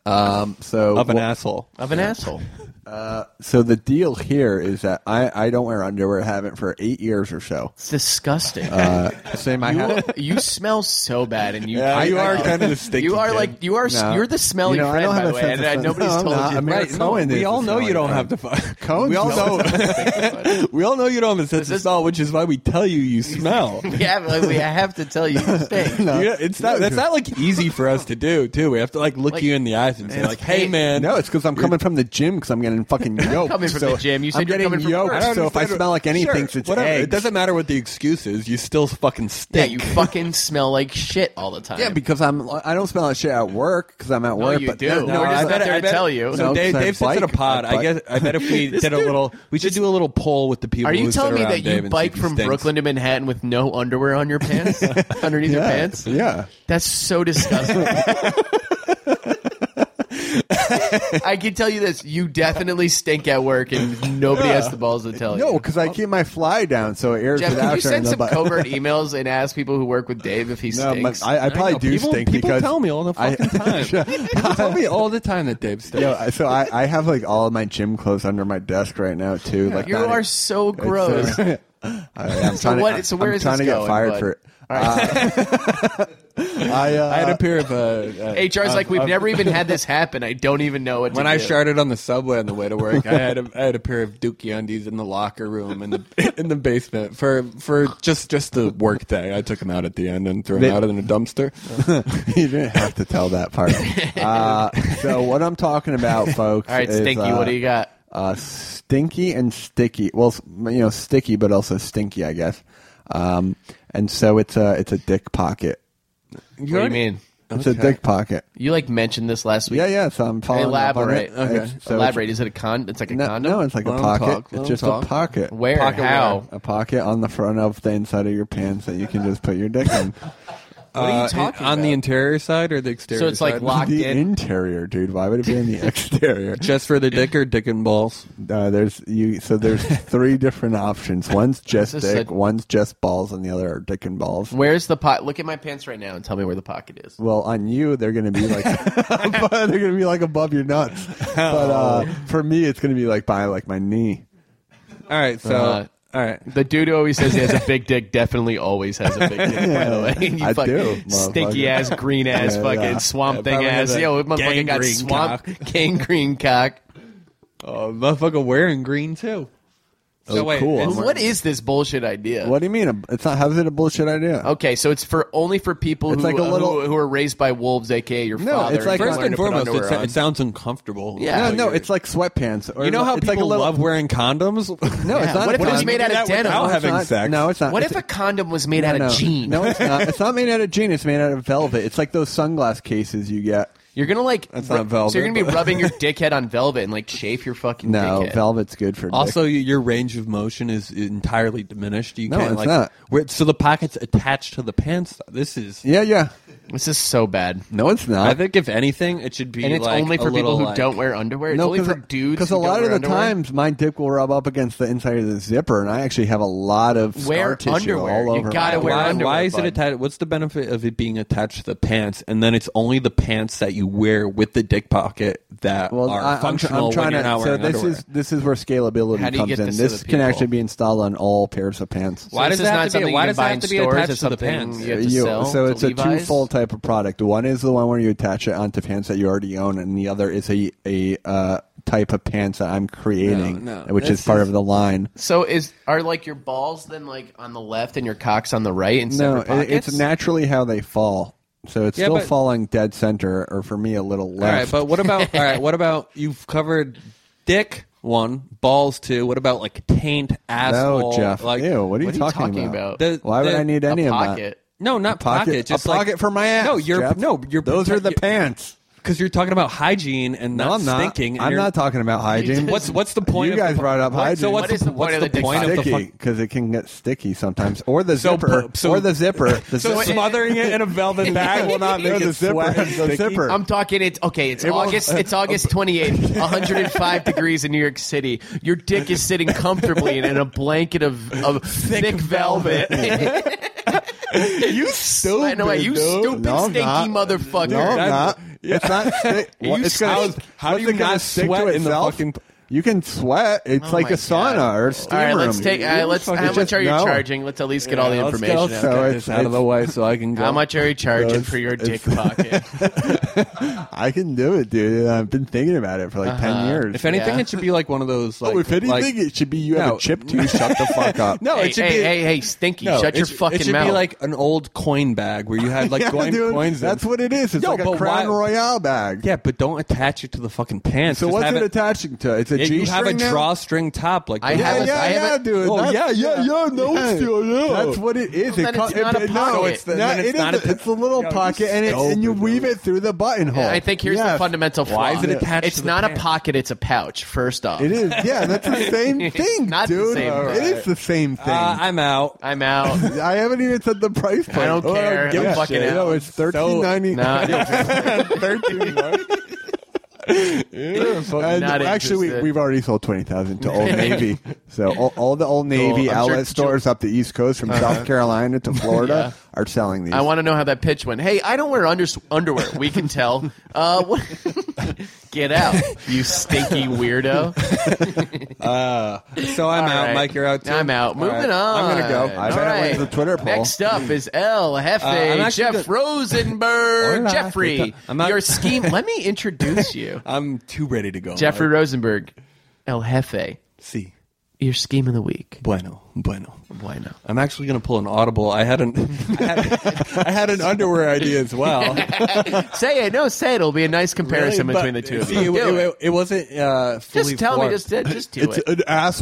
D: um, so
E: of an
D: wh-
E: asshole.
C: of an asshole.
D: So the deal here is that I, I don't wear underwear. Haven't for eight years or so.
C: It's disgusting. Uh,
D: Same Uh, I
C: you,
D: have.
C: you smell so bad, and you
E: Yeah,
C: I-
E: you
C: I-
E: are kind of the stinky
C: You are
E: kid.
C: like you are. s You're the smelly
D: You know, I
C: friend,
D: don't
C: by
D: have
C: the
D: a
C: way. And
D: sense of
C: uh,
D: smell.
C: nobody's
D: No, I'm
C: told
D: not.
C: you.
D: I'm Right, no, Cohen we
E: we
D: is all
E: all
D: the
E: know you don't
D: smelly
E: have the fu-
D: Cohen
E: we all
D: smells
E: know we all know you don't have a sense of smell, which is why we tell you you smell.
C: Yeah, but we I have to tell you this thing.
D: No.
E: You know, it's not that's not like easy for us to do too. We have to like look
C: Like-
E: you in the eyes and say like, "Hey,
C: hey,
E: man,
D: No, it's because I'm coming from the gym because I'm getting fucking yoked.
C: Coming from
D: So
C: the gym. You said
D: I'm
C: you're
D: getting
C: coming from
D: yoked.
C: work.
D: So
E: I don't
D: if I
E: understand-
D: smell like anything,
E: Sure,
D: it's
E: whatever.
D: eggs.
E: It doesn't matter what the excuse is. You still fucking stink.
C: Yeah, you fucking smell like shit all the time.
D: Yeah, because I'm I don't smell that shit at work because I'm at
C: No,
D: work.
C: you
D: but
C: do.
D: No,
C: No, We're
D: I
C: just
D: bet-
C: not there to tell you.
E: So
D: No,
E: Dave,
D: 'cause I
E: Dave sits in a
D: bike.
E: pod.
D: I
E: I
D: bike.
E: guess I bet if we did a little, we should do a little poll with the people.
C: Are you
E: who sit
C: telling me
E: around
C: that
E: Dave
C: you
E: and
C: bike
E: see if he
C: from
E: stinks.
C: Brooklyn to Manhattan with no underwear on your pants, underneath your
D: Yeah,
C: pants?
D: yeah.
C: That's so disgusting. I can tell you this: you definitely stink at work, and nobody has the balls to tell
D: No,
C: you.
D: because I keep my fly down, so it airs
C: Jeff,
D: it
C: can
D: out.
C: you
D: during
C: send
D: the
C: some
D: bike.
C: covert emails and ask people who work with Dave if he
D: No, my,
C: stinks?
D: I, I probably
E: know,
D: do
E: people-
D: stink
E: people
D: because
E: tell me all the
D: I-
E: fucking time. People tell me all the time that Dave stinks.
D: Yo, so I, I have like all of my gym clothes under my desk right now too. like
C: you
D: not-
C: are so
D: it's, uh,
C: gross.
D: I, am
C: So
D: trying
C: what-
D: to.
C: so where
D: I'm
C: is
D: trying
C: this
D: to
C: going,
D: get fired
C: bud?
D: for it. Uh, I, uh,
E: I had a pair of uh, uh,
C: HR's like, we've never even had this happen. I don't even know what. to
E: When I
C: do."
E: started on the subway on the way to work, I had a, I had a pair of dookie undies in the locker room in the in the basement for for just just the work day. I took them out at the end and threw them
D: They-
E: out in a dumpster.
D: uh, you didn't have to tell that part. Uh, so what I'm talking about, folks.
C: All right,
D: is,
C: Stinky,
D: uh,
C: what do you got?
D: Uh, stinky and sticky. Well, s- you know, sticky, but also stinky, I guess. Um, and so it's a it's a dick pocket.
C: What do you mean?
D: It's a dick pocket.
C: You like mentioned this last week.
D: Yeah, yeah. So I'm following up on
C: Elaborate.
D: it.
E: Okay.
D: It's- so it's-
C: Elaborate. Is it a con? It's like a
D: No,
C: condom.
D: no, it's like a
E: Let 'em
D: pocket.
E: talk, let
D: it's
E: 'em
D: just
E: talk.
D: a pocket.
C: Where?
E: Pocket
C: how?
E: where?
D: A pocket on the front of the inside of your pants that you can just put your dick in.
C: What are you
E: Uh,
C: talking
E: on the
C: about?
E: interior side or the exterior?
C: So it's like
E: side?
C: locked
D: the
C: in.
D: interior, dude. Why would it be in the exterior?
E: just for the dick or dick and balls.
D: Uh, there's you. So there's three different options. One's just
C: This is
D: dick,
C: a-
D: one's just balls, and the other are dick and balls.
C: Where's the pot? Look at my pants right now and tell me where the pocket is.
D: Well, on you, they're gonna be like, but they're gonna be like above your nuts. But uh, for me, it's gonna be like by like my knee.
E: All right, so
C: Uh,
E: all right.
C: The dude who always says he has a big dick definitely always has a big dick. by the way, You
D: I
C: fuck-
D: do,
C: Stinky
D: motherfucker.
C: ass, green ass,
D: Yeah,
C: fucking
D: yeah.
C: swamp
E: Yeah,
C: thing
E: probably
C: ass.
E: has a
C: Yo, it motherfucking got
E: gangrene
C: swamp
E: cock.
C: gangrene cock.
E: Oh, motherfucker wearing green too. So
D: Oh,
E: wait,
D: cool.
E: it's-
D: I'm-
C: What is this bullshit idea?
D: What do you mean? It's not. How is it a bullshit idea?
C: Okay, so it's for only for people who,
D: It's like a little-
C: who who are raised by wolves, aka your
D: No,
C: father.
D: it's like-
C: who
D: First
E: First
C: learned
E: and
C: to put
E: foremost,
C: underwear
E: it, sa-
C: on.
E: it sounds uncomfortable.
C: Yeah.
D: No,
C: Oh,
D: no,
E: you're-
D: it's like sweatpants. Or
E: You know how
D: it's
E: people
D: like a little,
E: love wearing condoms?
D: No, it's not.
C: What if it
D: it's
C: was made out of denim?
E: Without
C: No,
E: having sex?
D: No, it's not.
C: what
D: it's,
C: if a condom was made out
D: no,
C: of jean?
D: No, it's not. It's not made out of jean. It's made out of velvet. It's like those sunglass cases you get.
C: You're gonna like
D: not
C: rub-
D: velvet,
C: So you're gonna be
D: but-
C: rubbing your dickhead on velvet and like chafe your fucking
D: No,
C: dickhead.
D: velvet's good for. dick.
E: Also, y- your range of motion is entirely diminished. You
D: No,
E: can't
D: it's
E: like
D: not.
E: where- so the pocket's attached to the pants. This is.
D: yeah, yeah.
C: This is so bad.
D: No, it's not.
E: I think if anything, it should be.
C: And it's
E: like
C: only
E: a
C: for people
E: little,
C: who
E: like-
C: don't wear underwear. It's
D: no,
C: only for dudes.
D: Because
C: who
D: a
C: don't
D: lot of
C: wear
D: the
C: underwear.
D: times, my dick will rub up against the inside of the zipper, and I actually have a lot of scar
C: Wear
D: tissue
C: underwear.
D: all
C: You
D: over.
C: gotta
D: my
C: wear
E: Why,
D: body.
C: underwear,
E: why is
C: bud.
E: it attached? What's the benefit of it being attached to the pants? And then it's only the pants that you wear with the dick pocket that
D: Well,
E: are
D: I, I'm, tr-
E: functional
D: I'm trying
E: when you're
D: to.
E: not
D: so
E: wearing
D: this
E: underwear.
D: is this is where scalability
C: How do you
D: comes
C: get
D: in.
C: this to
D: This
C: the
D: can
C: people?
D: actually be installed on all pairs of pants.
E: Why
C: this
E: does
C: is
E: it have
C: not
E: to be-
C: something you
E: why
C: can
E: does it
C: buy
E: have
C: in
E: to be
C: stores?
E: attached
C: It's
E: to the
C: something
E: pants?
C: you have to
D: You-
C: sell
D: so
C: to
D: it's a
C: Levi's?
D: twofold type of product. One is the one where you attach it onto pants that you already own, and the other is a a uh, type of pants that I'm creating,
E: No, no.
D: which
E: This
D: is part
E: is-
D: of the line.
C: So is are like your balls then like on the left and your cocks on the right and
D: No,
C: separate
D: it,
C: pockets?
D: it's naturally how they fall. So it's
E: Yeah,
D: still
E: but-
D: falling dead center, or for me, a little
E: All right,
D: left.
E: but what about all right? What about you've covered dick one, balls two. What about like taint, asshole?
D: no, Jeff.
E: Like,
D: Ew, what are you,
C: what are you
D: talking,
C: talking about?
E: The-
D: Why would
E: the-
D: I need
C: a
D: any of that?
C: pocket.
E: No, not
D: Pocket,
E: pocket. just
D: a
E: like,
D: pocket for my ass.
E: No, you're
D: Jeff.
E: no, you're
D: Those are the
E: you're-
D: pants.
E: because you're talking about hygiene and
D: No,
E: not
D: I'm not.
E: thinking. and
D: I'm
E: you're-
D: not talking about hygiene.
E: What's what's the point?
D: You
E: of the
D: guys
E: po-
D: brought up
E: what-
D: hygiene.
E: So
D: What
E: what's
C: is the
E: what's
C: point of the dick
E: point of the
D: sticky?
E: fuck?
D: Because it can get sticky sometimes, or the
E: So
D: zipper,
E: pu- so-
D: or the zipper. The
E: So
D: zipper.
E: smothering it in a velvet bag will not
D: No,
E: make
D: the
E: it
D: zipper.
E: sweat. and
D: The
E: sticky?
D: zipper.
C: I'm talking. It's okay. It's
D: won't-
C: August. It's August 28th. 105 degrees in New York City. Your dick is sitting comfortably in, in a blanket of, of thick, velvet. you stupid. I know. You
D: dude.
C: stupid
D: No, I'm
C: stinky
D: not.
C: motherfucker.
D: No, I'm not.
E: That's-
D: It's not stick.
C: You
D: it's gonna,
C: stink.
E: How do
D: what's
E: you
D: it gonna
E: not
D: stick
E: sweat
D: to
E: in the
D: itself?
E: fucking-
D: You can sweat. It's
C: Oh
D: like
C: my
D: a sauna
C: God.
D: or a steam
C: All right, let's
D: room.
C: take. All right, let's.
D: It's
C: How much
D: just-
C: are you
D: no.
C: charging? Let's at least get all the
E: Let's
C: information.
E: get
C: out.
D: So
E: this
D: it's-
E: out of the
D: it's-
E: way so I can go.
C: How much are you charging
D: it's-
C: for your dick
D: it's-
C: pocket?
D: I can do it, dude. I've been thinking about it for like
C: Uh-huh.
D: ten years.
E: If anything,
C: Yeah.
E: it should be like one of those. Like,
D: oh, if anything,
E: like-
D: it should be you have
E: No.
D: a chip too. Shut the fuck up.
E: no,
C: hey,
E: it should
C: hey,
E: be
C: hey, hey, stinky!
E: No,
C: shut
E: it
C: your
E: should-
C: fucking
E: It should
C: mouth.
E: be like an old coin bag where you had like
D: Yeah,
E: coin,
D: dude,
E: coins. in.
D: that's what it is. It's
E: Yo,
D: like a
E: but
D: Crown
E: why-
D: Royale bag.
E: Yeah, but don't attach it to the fucking pants.
D: So
E: Just
D: what's
E: have
D: it attaching to? It's a
E: Yeah,
D: G-string.
E: you have a
D: now?
E: drawstring top like
C: I
E: the-
C: have
D: Yeah,
C: haven't-
D: yeah,
C: I
D: yeah,
C: haven't-
D: dude.
E: Oh,
D: That's-
E: yeah, yeah, yeah, no, still, yeah.
D: That's what it
C: Well,
D: is.
C: then it's not a pocket.
D: No, it's, the,
E: Then it's
D: it is
E: not a
D: a- it's a little
E: Yo, you
D: pocket, and, it, and you
E: stupid,
D: weave it through the buttonhole.
C: I think here's the
D: Yes.
C: fundamental flaw.
E: Why is it attached
C: It's
E: to the
C: not a
E: pants?
C: pocket. It's a pouch. First off,
D: It is. Yeah, that's the same
C: It's
D: thing,
C: not the
D: dude.
C: same
D: It
C: thing.
D: is the same thing.
E: Uh, I'm out.
C: I'm out.
D: I haven't even said the price point.
C: don't
D: Oh,
C: care.
D: give
C: I'm
D: a
C: fucking
D: shit.
C: out.
D: No, it's thirteen ninety.
C: No, I don't-
D: Thirteen. And
C: not
D: actually, we,
C: interested.
D: we've already sold twenty thousand to Old Navy. so all, all the Old Navy
C: Cool. I'm
D: outlet
C: sure-
D: stores up the East Coast, from South Carolina to Florida, are selling these.
C: I want to know how that pitch went. Hey, I don't wear under- underwear. We can tell. Uh, what- Get out, you stinky weirdo.
E: So I'm
C: All
E: out.
C: right.
E: Mike, you're out too.
C: I'm out.
E: All
C: Moving
E: right.
C: on.
E: I'm gonna go.
D: I
C: All
D: bet
C: right.
D: it wins the Twitter poll.
C: Next up is L. Hefe,
E: Uh, I'm actually
C: Jeff
E: good-
C: Rosenberg,
E: Hola,
C: Jeffrey.
E: Tito. I'm Uh, not-
C: Your scheme. Let me introduce you,
E: I'm too ready to go.
C: Jeffrey
E: Mike.
C: Rosenberg. El Jefe,
E: See.
C: your scheme of the week.
E: Bueno, bueno.
C: Why not?
E: I'm actually going to pull an audible. I had an, I had, I had an underwear idea as well.
C: Say it. No, say it. It'll be a nice comparison
E: Really,
C: between the
E: but-
C: two of
E: see,
C: you.
E: It,
C: Do
E: it-
C: it.
E: it wasn't uh, fully
C: Just tell me.
E: formed.
C: Just, just do
D: it's
C: it.
D: an ass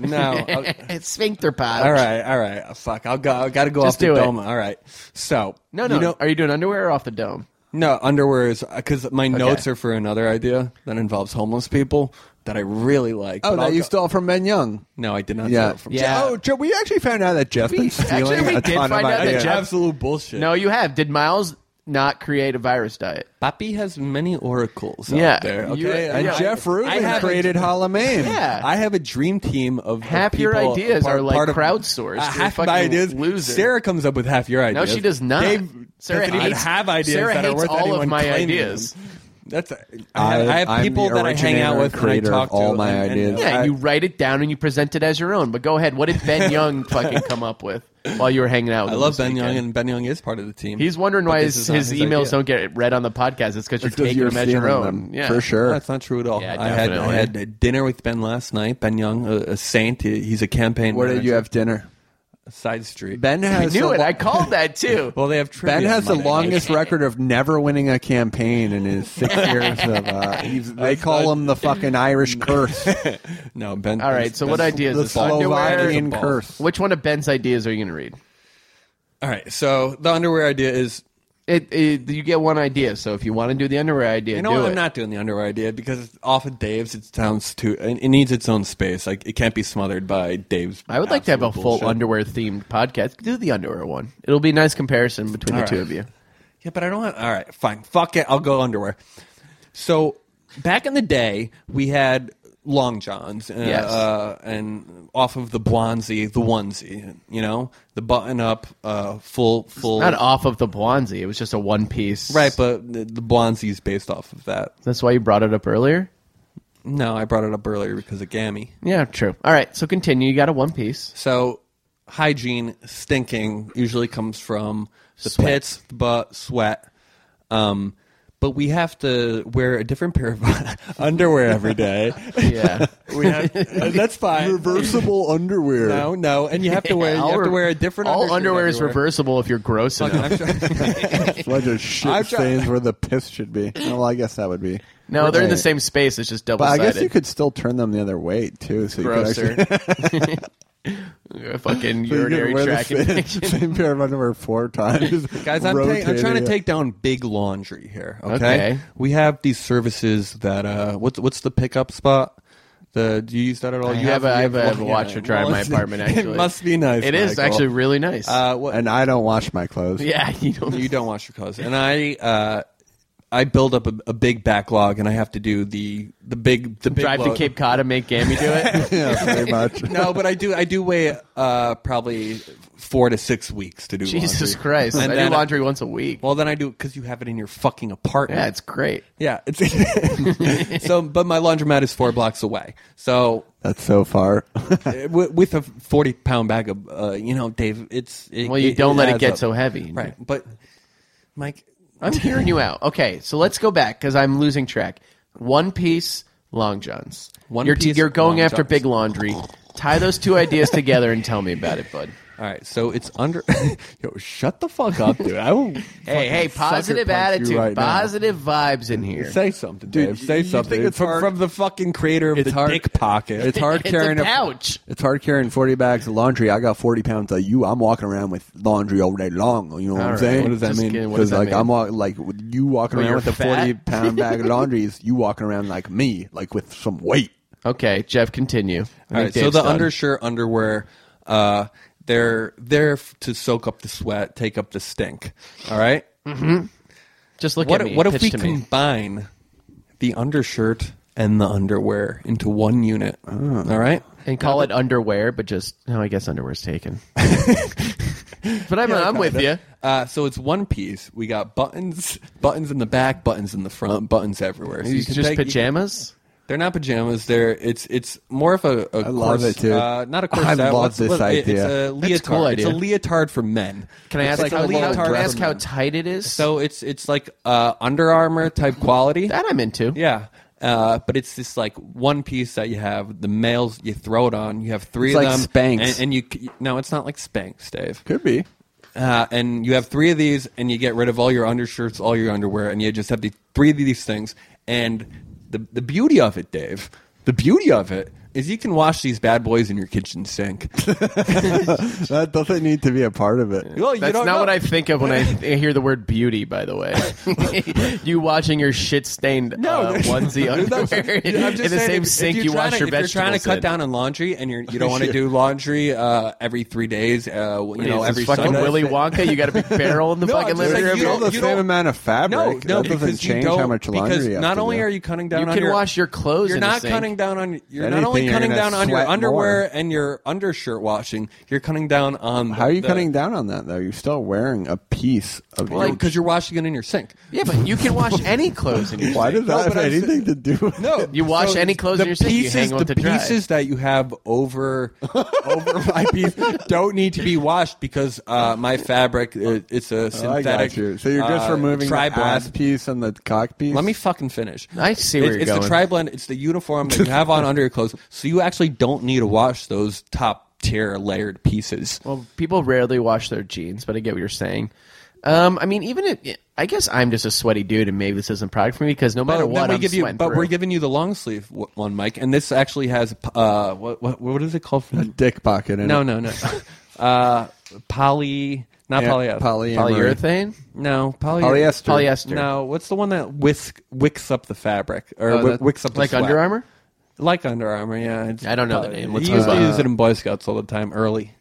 E: no. uh, I-
C: it's sphincter pouch.
E: all right, all right. Fuck, I'll go. I got to go
C: Just
E: off the
C: do it.
E: dome. All right. So
C: No, no.
E: you know,
C: Are you doing underwear or off the dome?
E: no underwear is because my notes are for another idea that involves homeless people that I really like.
D: Oh,
E: but I'll
D: that you
E: go-
D: stole from Men Young.
E: No, I did not.
D: Yeah.
E: steal it from
C: Yeah.
D: Oh, Joe, we actually found out that Jeff's been
C: We-
D: stealing
C: actually, we
D: a
C: did
D: ton
C: find
D: of
C: out that
D: ideas.
C: Jeff-
E: Absolute bullshit.
C: No, you have. Did Miles not create a virus diet?
E: Papi has many oracles
C: Yeah.
E: out there.
C: You-
E: Okay,
D: and
C: Yeah, I-
D: Jeff Rubin
E: I have-
D: created Halloween.
C: Yeah.
E: I have a dream team of
C: Half
E: of
C: your
E: people-
C: ideas
E: part-
C: are, like,
E: part of-
C: crowdsourced.
E: Uh,
C: You're a
E: half my
C: fucking
E: ideas.
C: loser.
E: Sarah comes up with half your ideas.
C: No, she does not.
E: Dave
C: Sarah
E: doesn't even
C: hates-
E: have ideas
C: Sarah
E: that are
C: hates
E: worth
C: all
E: anyone
C: of my
E: claiming
C: ideas.
E: them. That's I have, I have
D: I'm
E: people
D: the
E: that I hang out
D: originator
E: with
D: and
E: and I
D: creator of
E: talk to.
D: all my
E: and- and
D: ideas.
C: Yeah,
E: I-
C: you write it down and you present it as your own. But go ahead. What did Ben Young fucking come up with while you were hanging out? With
E: I
C: him
E: love
C: this
E: Ben
C: weekend?
E: Young, and Ben Young is part of the team.
C: He's wondering
E: But
C: why
E: this
C: his,
E: is not
C: his emails
E: idea.
C: don't get read on the podcast. It's because you're
D: because
C: taking
D: you're
C: them as your
D: stealing
C: own.
D: them,
C: yeah.
D: for sure.
E: That's not true at all.
C: Yeah,
E: I had I
C: definitely.
E: had dinner with Ben last night. Ben Young, a, a saint. He- He's a campaign.
D: Where did you
E: manager.
D: have dinner?
E: Side Street?
D: Ben
C: I
D: has
C: knew
D: the
C: it.
D: lo-
C: I called that too.
E: Well, they have trivia
D: Ben has the
E: Monday night.
D: longest record of never winning a campaign in his six years of. Uh, he's, they call him the fucking Irish curse,
E: No, Ben.
C: All right. So
E: Ben-
C: what ideas?
D: the
C: This underwear.
D: Slovakian curse.
C: Which one of Ben's ideas are you going to read?
E: All right. So the underwear idea is.
C: It, it, you get one idea. So if you want to do the underwear idea,
E: You know
C: do
E: what?
C: it.
E: I'm not doing the underwear idea because it's off of Dave's. It sounds too. It it needs its own space. Like it can't be smothered by Dave's.
C: I would like to have a
E: absolute
C: full
E: bullshit.
C: underwear themed podcast. Do the underwear one. It'll be a nice comparison between the
E: All
C: two
E: right.
C: of you.
E: Yeah, but I don't want. All right, fine. Fuck it. I'll go underwear. So back in the day, we had long johns, uh,
C: Yes.
E: uh, and off of the blonzy, the onesie. You know, the button up, uh, full, full.
C: Not off of the Blonsey. It was just a one piece.
E: Right, but the, the blonzy is based off of that.
C: That's why you brought it up earlier.
E: No, I brought it up earlier because of Gammy.
C: Yeah, true. All right, so continue. You got a one piece.
E: So hygiene stinking usually comes from the
C: Sweat.
E: pits, the butt, sweat. Um, but we have to wear a different pair of underwear every day.
C: Yeah.
E: we have, that's fine.
D: reversible underwear.
E: No, no, and you have to wear you have to wear a different
C: All
E: undershirt
C: underwear is
E: everywhere.
C: reversible if you're gross
E: Fuck,
C: enough.
E: I'm sorry.
D: Bunch of shit
E: I've tried-
D: stains where the piss should be. Well, I guess that would be.
C: No, they're in the
D: Right.
C: same space. It's just double
D: But I
C: sided.
D: guess you could still turn them the other way too. So you
C: grosser.
D: could actually
C: fucking
D: so you could
C: urinary
D: wear the
C: tract
D: same,
C: infection.
D: same pair of underwear four times.
E: Guys, I'm, ta- I'm trying to
D: rotating it.
E: take down big laundry here. Okay?
C: Okay.
E: we have these services that uh, what's what's the pickup spot? The do you use that at all?
C: I
E: you
C: have, a, I have
E: you
C: a
E: yeah.
C: washer dryer in
E: Well,
C: my
E: it's-
C: apartment. Actually,
E: it must be nice.
C: It is
E: Michael.
C: actually really nice.
E: Uh, what,
D: and I don't wash my clothes.
C: yeah, you don't.
E: you don't wash your clothes, and I uh, I build up a, a big backlog, and I have to do the the big the big
C: drive to
E: load.
C: Cape Cod and make Gammy do it.
D: yeah, pretty much.
E: no, but I do. I do weigh uh, probably four to six weeks to do.
C: Jesus
E: laundry.
C: Christ!
E: And
C: I do
E: then-
C: laundry once a week.
E: Well, then I do it because you have it in your fucking apartment.
C: yeah, it's great.
E: Yeah, it's so. But my laundromat is four blocks away. So
D: That's so far.
E: uh, wi- with a forty-pound bag of, uh, you know, Dave, it's it,
C: Well, you don't let it
E: adds
C: get
E: up.
C: so heavy.
E: right. But Mike,
C: I'm hearing you out. Okay, so let's go back because I'm losing track. One Piece, Long Johns.
E: One
C: you're,
E: Piece,
C: you're going
E: Long
C: after
E: Johns.
C: big laundry. Tie those two ideas together and tell me about it, bud.
E: all right. So it's under. Yo, shut the fuck up, dude. I will.
C: Hey, hey, positive
E: punch you
C: attitude,
E: right now.
C: positive vibes in here.
E: Say something,
D: Dude,
E: Dave.
D: you-
E: Say
D: you think
E: something
D: it's
E: from,
D: hard-
E: from the fucking creator of
D: It's
E: the
D: hard-
E: dick pocket.
D: It's hard
C: It's a
D: carrying
C: pouch.
D: it's hard carrying forty bags of laundry. I got forty pounds of you. I'm walking around with laundry all day long. You know what
C: All
D: I'm
C: right.
D: saying?
C: What does that Just mean? kidding. What does
D: Because
C: that
D: like
C: mean?
D: I'm walk, like with you walking
C: Well,
D: around
C: you're
D: with a
C: fat?
D: forty pound bag of laundry is you walking around like me, like with some weight.
C: Okay, Jeff, continue. I
E: All
C: think
E: right, so
C: Dave's
E: the
C: done.
E: undershirt underwear, uh, they're there f- to soak up the sweat, take up the stink. All right.
C: Just look
E: what
C: at me.
E: what if
C: pitch
E: we
C: to me.
E: combine the undershirt and the underwear into one unit? All right.
C: and call it underwear, but just no, I guess underwear's taken. but I'm, I'm with you.
E: Uh, so it's one piece. We got buttons, buttons in the back, buttons in the front, buttons everywhere. So
C: These
E: can
C: just
E: take-
C: pajamas.
E: They're not pajamas. They're it's it's more of a, a
D: I love it,
E: corse-
D: dude.
E: Uh, not a corset.
D: I love
E: What's-
D: this
E: what- it-
D: idea.
C: That's
E: It's a
C: a
E: leotard.
C: cool
E: It's a
C: idea.
E: leotard for men.
C: Can I
E: It's
C: ask?
E: like
C: how,
E: a
C: can I
E: leotard for
C: ask how
E: men.
C: tight it is?
E: So it's it's like uh, Under Armour type quality.
C: that I'm into.
E: yeah. Uh, but it's this like one piece that you have the males you throw it on you have three
D: It's
E: of
D: like
E: them
D: Spanx.
E: and, and you c- no it's not like Spanx Dave
D: Could be.
E: uh, and you have three of these and you get rid of all your undershirts all your underwear and you just have the three of these things and the the beauty of it Dave the beauty of it is you can wash these bad boys in your kitchen sink
D: That doesn't need to be a part of it.
E: well, you
C: That's
E: don't
C: not
E: know.
C: what I think of when I I hear the word beauty. By the way, you watching your shit stained
E: No,
C: uh,
E: there's-
C: onesie
E: there's not-
C: underwear in,
E: I'm just
C: the
E: saying,
C: same
E: if- if
C: sink
E: you're
C: you
E: trying
C: wash
E: to,
C: your
E: if
C: vegetables.
E: You're trying to cut
C: in.
E: down on laundry, and you're, you don't want to do laundry uh, every three days. Uh, you know,
C: Is this
E: every
C: fucking
E: Sunday.
C: Willy Wonka. You got a big barrel in the
E: No, I'm
C: fucking
E: just
C: living
E: saying
C: room.
E: you
D: all
E: don't-
D: the
E: you
D: same
E: don't-
D: amount of
E: No,
D: fabric.
E: no,
D: that doesn't
E: because you
D: change
E: don't,
D: how much laundry.
E: Because
D: you have
E: not
D: to
E: only
D: do.
E: are you cutting down
C: You
E: on
C: can
E: your,
C: wash your clothes.
E: you're
C: in a
E: not
C: sink.
E: cutting down on you're not
D: Anything
E: only only
D: you're
E: cutting
D: gonna
E: down on your
D: sweat
E: underwear
D: more.
E: and your undershirt washing. You're cutting down on. The,
D: How are you
E: the-
D: cutting down on that though? You're still wearing a piece of
E: Well,
D: your-
E: because you're washing it in your sink.
C: Yeah, but you can wash any clothes in your
D: Why
C: sink.
D: does that
E: but
D: have
E: I'm saying-
D: anything to do? With
E: No,
C: You wash any clothes
E: the
C: in your sink, you
E: Pieces,
C: hang on
E: the
C: to dry.
E: pieces that you have over over my piece don't need to be washed because uh, my fabric uh, it's a
D: Oh, I
E: synthetic.
D: got you. So you're just
E: uh,
D: removing the
E: tri-blend.
D: ass piece and the cock piece.
E: Let me fucking finish.
C: I see where
E: it's,
C: you're
E: it's
C: going.
E: the tri blend. It's the uniform that you have on under your clothes, so you actually don't need to wash those top tier layered pieces.
C: Well, people rarely wash their jeans, but I get what you're saying. Um, I mean, even if I guess I'm just a sweaty dude, and maybe this isn't product for me because no matter
E: then
C: what,
E: we
C: I'm
E: give you,
C: sweating
E: but
C: through.
E: we're giving you the long sleeve w- one, Mike, and this actually has uh, what, what what is it called?
D: a dick pocket in
E: No,
D: it.
E: no, no. Uh, poly, not
D: Yeah,
E: polyester.
D: polyamory.
C: polyurethane,
E: no, poly-
D: Polyester.
C: polyester,
E: No, what's the one that whisk, wicks up the fabric or
D: Oh,
E: wi-
D: that-
E: wicks up the
C: like
E: sweat?
C: Under Armour.
E: Like Under Armour, yeah. It's
C: I don't know the
E: poly-
C: name.
E: You
C: What's
E: usually
D: it called?
E: use it in Boy Scouts all the time, early.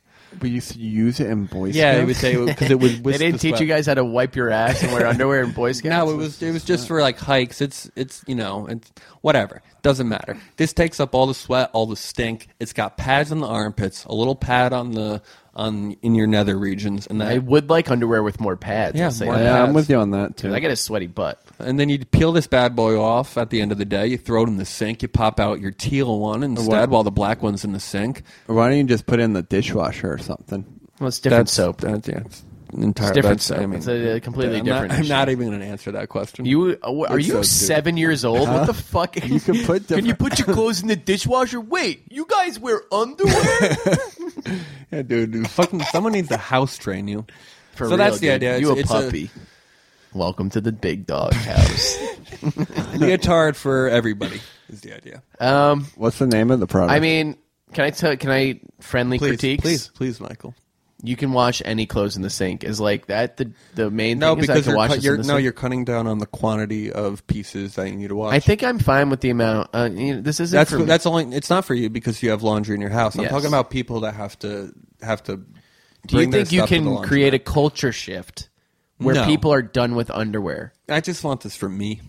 D: We used to use it in Boy
E: Yeah,
D: Scouts.
E: they would say because it would.
C: They
E: whisk
C: didn't
E: the
C: teach
E: sweat.
C: you guys how to wipe your ass and wear underwear and Boy Scouts.
E: No, it was it was just for like hikes. It's it's you know it's whatever. Doesn't matter. This takes up all the sweat, all the stink. It's got pads on the armpits, a little pad on the on in your nether regions, and
C: I
E: that
C: would like underwear with more pads.
E: Yeah,
C: I'll say
E: more
C: that.
D: Yeah, I'm
E: pads.
D: with you on that too.
C: I got a sweaty butt.
E: And then you peel this bad boy off at the end of the day. You throw it in the sink. You pop out your teal one instead, while the black one's in the sink.
D: Why don't you just put it in the dishwasher or something?
C: Well, it's different soap.
E: That's, yeah, it's entirely
C: It's different
E: that's-
C: soap.
E: I mean,
C: It's a- a completely
E: I'm
C: different
E: Not, I'm
C: issue.
E: not even going to answer that question.
C: You uh, are you
D: soap, dude.
C: seven years old? What the fuck?
D: You can put
C: Can you
D: different-
C: put your clothes in the dishwasher? Wait, you guys wear underwear?
E: yeah, dude, dude, fucking someone needs to house train you.
C: For
E: so
C: real,
E: that's the
C: dude.
E: idea.
C: You a
E: It's- it's
C: puppy? Welcome to the big dog house.
E: leotard for everybody is the idea.
C: um,
D: What's the name of the product?
C: I mean, can I tell? Can I friendly
E: Please,
C: critiques?
E: please, please, Michael.
C: You can wash any clothes in the sink. Is like that the the main
E: No,
C: thing? is I
E: because
C: can
E: you're,
C: wash
E: cut-
C: this
E: you're
C: in the
E: no,
C: sink?
E: you're cutting down on the quantity of pieces that you need to wash.
C: I think I'm fine with the amount. Uh, you know, this isn't
E: That's
C: for me.
E: that's only it's not for you because you have laundry in your house. I'm
C: Yes.
E: talking about people that have to have to.
C: Do you think you can create a culture shift where
E: No.
C: people are done with underwear?
E: I just want this for me.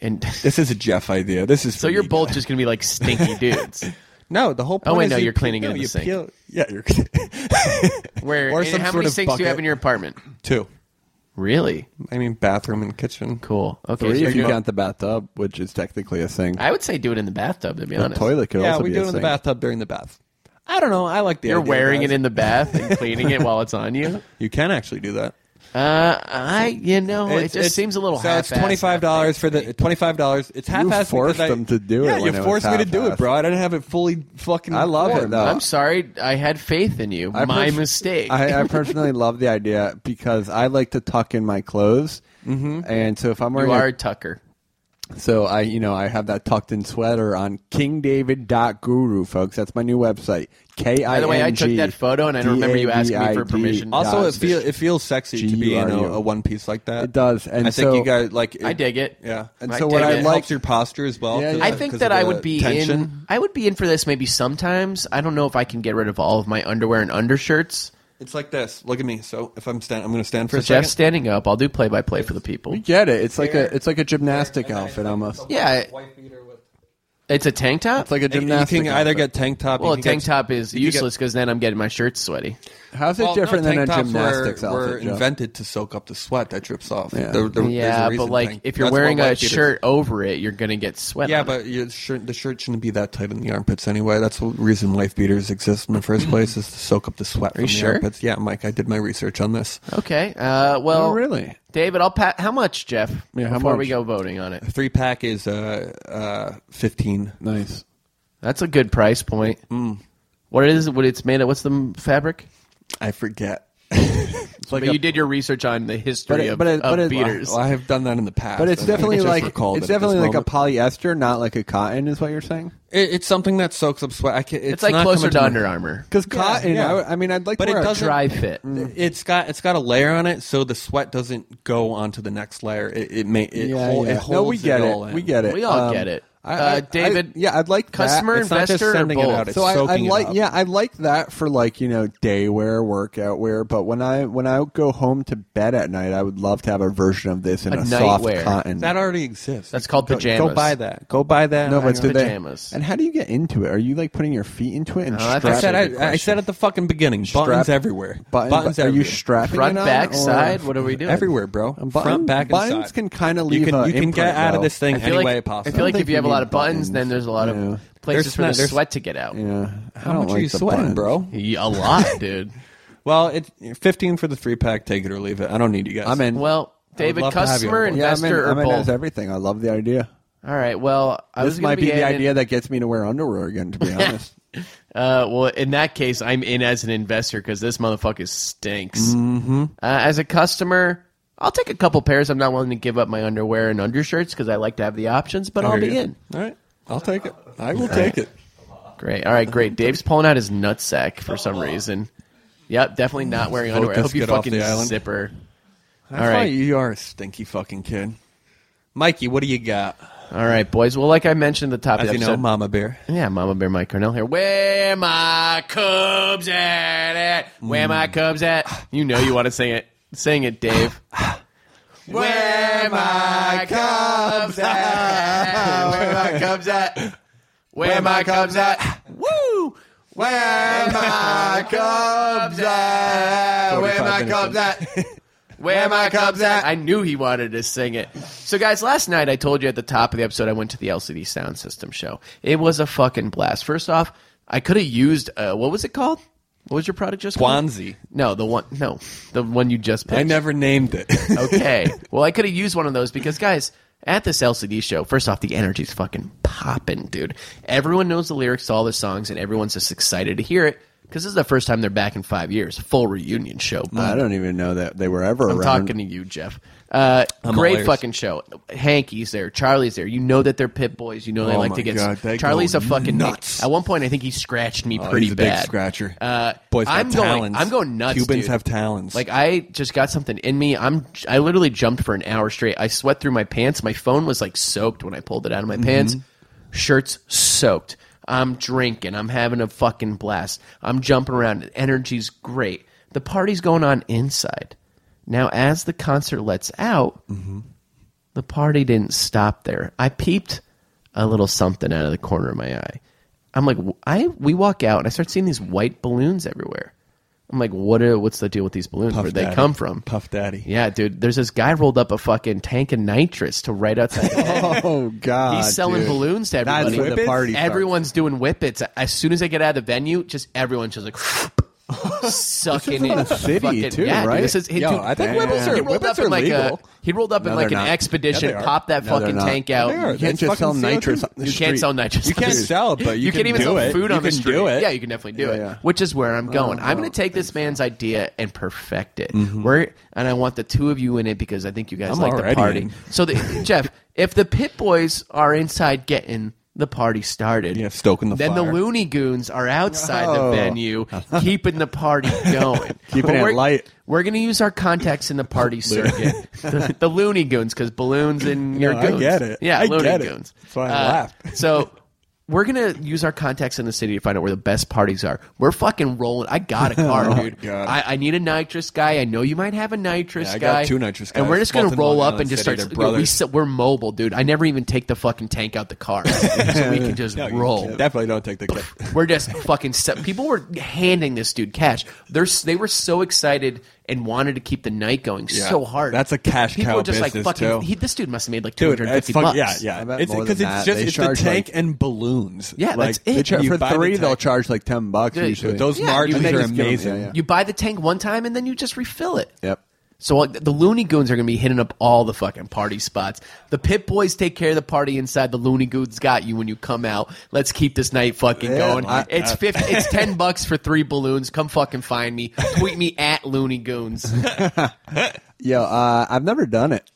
C: And
E: This is a Jeff idea. This is for
C: so you're
E: me.
C: both just gonna be like stinky dudes.
E: No, the whole point.
C: wait,
E: is
C: no,
E: you
C: you're
E: peel-
C: cleaning it
E: no,
C: in the
E: you
C: sink.
E: peel- yeah, you're
C: Where
E: Or
C: and
E: some
C: how
E: sort
C: many
E: of
C: sinks do you have
E: bucket.
C: in your apartment?
E: two.
C: Really
E: I mean, bathroom and kitchen.
C: cool. Okay,
D: three
C: so
D: if you
C: you're-
D: count the bathtub, which is technically a sink.
C: I would say do it in the bathtub. To be
D: the
C: honest,
D: toilet could
E: Yeah,
D: also
E: we
D: be a
E: do it in the
D: sink.
E: bathtub during the bath. I don't know. I like the.
C: You're
E: idea,
C: wearing
E: guys.
C: it in the bath and cleaning it while it's on you.
E: You can actually do that.
C: Uh, I you know Oh, it
E: It's-
C: just
E: it's-
C: seems a little.
E: So it's
C: half-assed.
E: twenty five dollars for the twenty five dollars. It's half assed.
D: forced them to do it
E: Yeah,
D: when
E: you
D: it was
E: forced me to do it,
D: half-assed.
E: bro. I didn't have it fully fucking.
D: I love it
E: formed.
D: though.
C: I'm sorry, I had faith in you.
D: I
C: My
D: pers-
C: mistake.
D: I, I personally love the idea because I like to tuck in my clothes, mm-hmm. and so if I'm
C: you
D: wearing, a-
C: are a Tucker.
D: so I, you know, I have that tucked in sweater on kingdavid.guru, folks. That's my new website. K
C: By
D: I N G.
C: the way, I took that photo and I don't remember you asking me for permission.
E: Also, it
D: it
E: feel it feels sexy to be in a,
D: G-U-R-U.
E: a one piece like that.
D: It does, and
E: I think
D: so-
E: you guys like. It,
C: I dig it.
E: Yeah,
D: And
C: I
D: so
C: dig
D: what I
C: it.
E: it
D: like-
E: helps your posture as well.
D: Yeah,
E: 'cause-
D: yeah.
C: I
E: 'cause
C: think
E: of
C: that I
E: the
C: would be
E: tension.
C: in. I would be in for this maybe sometimes. I don't know if I can get rid of all of my underwear and undershirts.
E: It's like this. Look at me. So if I'm stand, I'm going to stand for
C: So
E: a second.
C: Jeff's standing up. I'll do play by play for the people.
D: You get it. It's like a it's like a gymnastic outfit almost.
C: Yeah, it- it's a tank top.
D: It's like a
E: And you
D: gymnastic.
E: can either
D: outfit.
E: get tank top.
C: well,
E: you
C: a
E: can
C: tank
E: get-
C: top is
E: you get-
C: useless because then I'm getting my shirts sweaty.
D: How's it
E: Well, no,
D: different than a
E: tank tops
D: gymnastics
E: were, were
D: outfit? Jeff?
E: invented to soak up the sweat that drips off.
D: Yeah.
E: There- there- there's a
C: Yeah, but
E: reason
C: like
E: tank-
C: if you're
E: that's what
C: weating a
E: white beaters-
C: shirt over it, you're gonna get sweat.
E: Yeah,
C: on it.
E: but your shirt, the shirt shouldn't be that tight in the armpits anyway. That's the reason wife beaters exist in the first place is to soak up the sweat from
C: you
E: the
C: sure?
E: armpits. Yeah, Mike, I did my research on this.
C: okay. Uh, well,
D: Oh, really?
C: David, I'll pat. How much, Jeff?
D: Yeah, how
C: before
D: much?
C: we go voting on it,
E: Three pack is uh, uh, fifteen.
D: Nice.
C: that's a good price point.
D: Mm.
C: What is what it's made of? What's the m- fabric?
E: I forget.
D: It's like
C: But
D: a-
C: you did your research on the history
D: But it-
C: of,
D: but it-
C: of
D: but it-
C: beaters.
E: Well, I have done that in the past,
D: but it's
E: and I
D: definitely
E: just
D: like
E: recalled
D: it's
E: it at this
D: definitely like a
E: moment.
D: polyester, not like a cotton, is what you're saying.
E: It- it's something that soaks up sweat. I can, it's,
C: it's like
E: not
C: closer
E: coming
C: to
E: my-
C: Under Armour.
D: Because cotton,
E: yeah.
D: I would- I, mean, I'd like
E: But
D: to
E: it
D: wear a
E: doesn't-
C: Dry fit.
D: Mm.
E: It's got it's got a layer on it, so the sweat doesn't go onto the next layer. It, it may it,
D: Yeah,
E: hol-
D: yeah.
E: it
D: no, we
E: holds
D: get it.
E: all in.
D: We get it.
C: We all
D: Um,
C: get it.
D: I,
C: Uh, David,
D: yeah, I'd like that.
C: customer
D: It's not just
C: investor or
E: sending it
C: both?
E: out, it's
D: so I, I
E: soaking it
D: like
E: up.
D: yeah I like that for like you know day wear workout wear but when I when I go home to bed at night I would love to have a version of this in
C: A
D: a,
C: night
D: soft
C: wear.
D: cotton
E: That already exists.
C: That's called
E: Go-
C: pajamas.
E: Go buy that. Go buy that.
D: no but
E: I
D: do they-
C: Pajamas.
D: and how do you get into it are you like putting your feet into it
C: No,
D: and
C: that's
E: I
D: strapping
E: said,
C: That's a good
E: I, I said at the fucking beginning, buttons
D: Strap-
E: everywhere.
D: button-
E: buttons
D: are
E: everywhere.
D: you strapping
C: Front,
D: it on,
C: back,
D: or-
C: side? What are we doing?
E: everywhere, bro.
D: And
E: Front,
D: button-
E: back, and
D: buttons
E: side.
D: can kinda
E: You
D: leave
E: can,
D: a
E: you can get
D: imprint,
E: out of
D: though.
E: this thing
C: I feel
E: any way
C: like,
E: possible.
C: I feel like
D: think
C: if you
D: you
C: have a
D: need
C: lot of buttons,
D: buttons.
C: then there's a lot of
D: Yeah.
C: places
E: There's
C: for
E: not-
C: the
E: there's-
C: sweat to get out.
D: yeah I
E: How
D: don't
E: much
D: like
E: are you
D: the
E: sweating,
D: buttons.
E: bro?
C: Yeah, A lot, dude.
E: Well, it, 15 for the three pack. Take it or leave it. I don't need you guys.
D: I'm in
C: Well, David,
E: love to have you on
C: customer,
E: board.
D: yeah I'm in,
C: investor,
D: I'm in
C: or
D: as
C: both.
D: everything I love the idea
C: All right. Well, I
D: this
C: was
D: might
C: gonna
D: be the
C: adding-
D: idea that gets me to wear underwear again to be honest
C: Uh, well, in that case, I'm in as an investor because this motherfucker stinks. Mm-hmm. Uh, as a customer, I'll take a couple pairs. I'm not willing to give up my underwear and undershirts because I like to have the options, but
E: I
C: I'll
E: hear
C: be
E: you.
C: in.
E: All right. I'll take it. I will take it.
C: Great. All right, great. Dave's pulling out his nutsack for some reason. Yep, definitely not wearing underwear. I
E: Focus,
C: hope you
E: get off
C: fucking
E: the island.
C: zipper.
E: That's
C: All
E: why
C: right.
E: you are a stinky fucking kid. Mikey, what do you got?
C: All right, boys. Well, like I mentioned at the top of
E: As
C: the
E: you know,
C: episode,
E: Mama Bear.
C: Yeah, Mama Bear Mike Cornell here. Where my cubs at it? Where my cubs at? You know you want to sing it. Sing it, Dave. Where my cubs at? Where my cubs at? Where my cubs at? Woo! Where my cubs at? Where my
E: 45
C: cubs at? Where my cubs at? I knew he wanted to sing it. So, guys, last night I told you at the top of the episode I went to the LCD Sound System show. It was a fucking blast. First off, I could have used uh, what was it called? What was your product just called?
E: Guanzi.
C: No, the one. No, the one you just pitched.
E: I never named it.
C: okay. Well, I could have used one of those because, guys, at this LCD show, first off, the energy's fucking popping, dude. Everyone knows the lyrics to all the songs, and everyone's just excited to hear it because this is the first time they're back in five years. Full reunion show.
E: Mm,
D: I don't even know that they were ever
C: I'm
D: around
C: talking to you, Jeff. Uh,
E: I'm all
C: great
E: ears.
C: fucking show. Hanky's there. Charlie's there. You know that they're pit boys. You know they
E: Oh
C: like
E: my
C: to get.
E: God, they
C: Charlie's
E: go
C: a fucking
E: nuts. Oh,
C: At one point, I think he scratched me pretty
E: he's a big
C: bad.
E: scratcher.
C: Uh,
E: Boys have
C: I'm going.
E: talons.
C: I'm going nuts.
E: Cubans
C: dude.
E: have talons.
C: Like I just got something in me. I'm. I literally jumped for an hour straight. I sweat through my pants. My phone was like soaked when I pulled it out of my pants. Shirts soaked. I'm drinking. I'm having a fucking blast. I'm jumping around. Energy's great. The party's going on inside. Now, as the concert lets out, the party didn't stop there. I peeped a little something out of the corner of my eye. I'm like, w- I we walk out and I start seeing these white balloons everywhere. I'm like, what? Are, what's the deal with these balloons?
E: Puff
C: Where'd they
E: Daddy.
C: come from?
E: Puff Daddy.
C: Yeah, dude. There's this guy rolled up a fucking tank of nitrous to right outside. the head.
D: Oh God!
C: He's selling
D: dude.
C: balloons to everybody.
D: That's where the party starts.
C: Everyone's doing whippets. As soon as I get out of the venue, just everyone's just like sucking in
D: in the city,
C: fucking,
D: too,
C: yeah, dude,
D: right?
C: this is he,
E: Yo,
C: dude,
E: I think
C: he
E: whippets are-
C: rolled
E: whippets
C: up in
E: are
C: like
E: legal.
C: a he rolled up in
D: No,
C: like an
D: they're not.
C: expedition,
E: Yeah, they are.
C: popped that
D: No, they're
C: fucking
D: not.
C: tank
E: Yeah,
C: out.
E: they are.
D: You
E: That's
D: can't just sell
E: fucking CO2.
D: nitrous. On the
C: You
D: street.
C: can't sell nitrous.
E: You
C: on the
E: can't
C: street.
E: sell it, but you
C: can,
E: can
C: even
E: do
C: sell
E: it.
C: food
E: You
C: on the
E: can
C: street.
E: do it.
C: Yeah, you can definitely do
D: Yeah,
C: it.
D: yeah. Oh,
C: Which is where I'm going. I'm going to take this man's idea and perfect it. We're, and I want the two of you in it because I think you guys
E: Mm-hmm. I'm
C: like the
E: already
C: party.
E: in.
C: So, the, Jeff, if the Pit Boys are inside getting the party started,
E: Yeah, stoking the
C: then the
E: fire.
C: Looney Goons are outside
D: Oh.
C: the venue keeping the party going.
D: Keeping
C: But
D: it
C: we're-
D: light.
C: We're going to use our contacts in the party circuit, the, the Looney Goons, because balloons and your
E: I
C: goons.
E: get it.
C: Yeah,
E: I
C: Looney
E: get it.
C: Goons. Uh,
E: That's why I laughed.
C: So we're gonna use our contacts in the city to find out where the best parties are. We're fucking rolling. I got a car, dude.
E: Oh, God.
C: I, I need a nitrous guy. I know you might have a nitrous
E: Yeah, I got
C: guy.
E: two nitrous
C: And
E: guys,
C: we're just gonna
E: both in
C: roll
E: Long
C: up and
E: Island
C: just
E: City.
C: start.
E: They're
C: you know, we
E: brothers.
C: s- we're mobile, dude. I never even take the fucking tank out the car, so we can just roll.
E: Definitely don't take the kid.
C: We're just fucking. Set. People were handing this dude cash. They're, s- they were so excited and wanted to keep the night going
E: Yeah.
C: so hard.
E: That's a cash
C: People
E: cow
C: were just like
E: business,
C: fucking.
E: too.
C: He, this dude must have made like two
E: Dude,
C: hundred and
E: it's
C: fifty
E: fuck,
C: bucks.
E: yeah, yeah.
D: I bet
E: It's
D: more
E: because
D: than that.
E: it's just
D: They
E: it's the
D: charge,
E: tank
D: like-
E: and balloons.
C: Yeah,
E: Like,
C: that's it.
D: They char-
E: you
D: for
E: buy the
D: three,
E: tank.
D: they'll charge like ten bucks
C: Yeah,
D: usually.
C: dude,
E: Those
C: Yeah,
E: margins
C: you can
E: are
C: just give 'em-
E: amazing.
D: yeah, yeah.
C: You buy the tank one time and then you just refill it.
D: Yep.
C: So like, the Looney Goons are going to be hitting up all the fucking party spots. The Pit Boys take care of the party inside. The Looney Goons got you when you come out. Let's keep this night fucking
D: Yeah,
C: going.
D: I-
C: it's fif- it's ten bucks for three balloons. Come fucking find me. Tweet me at Looney Goons.
D: Yo, uh, I've never done it.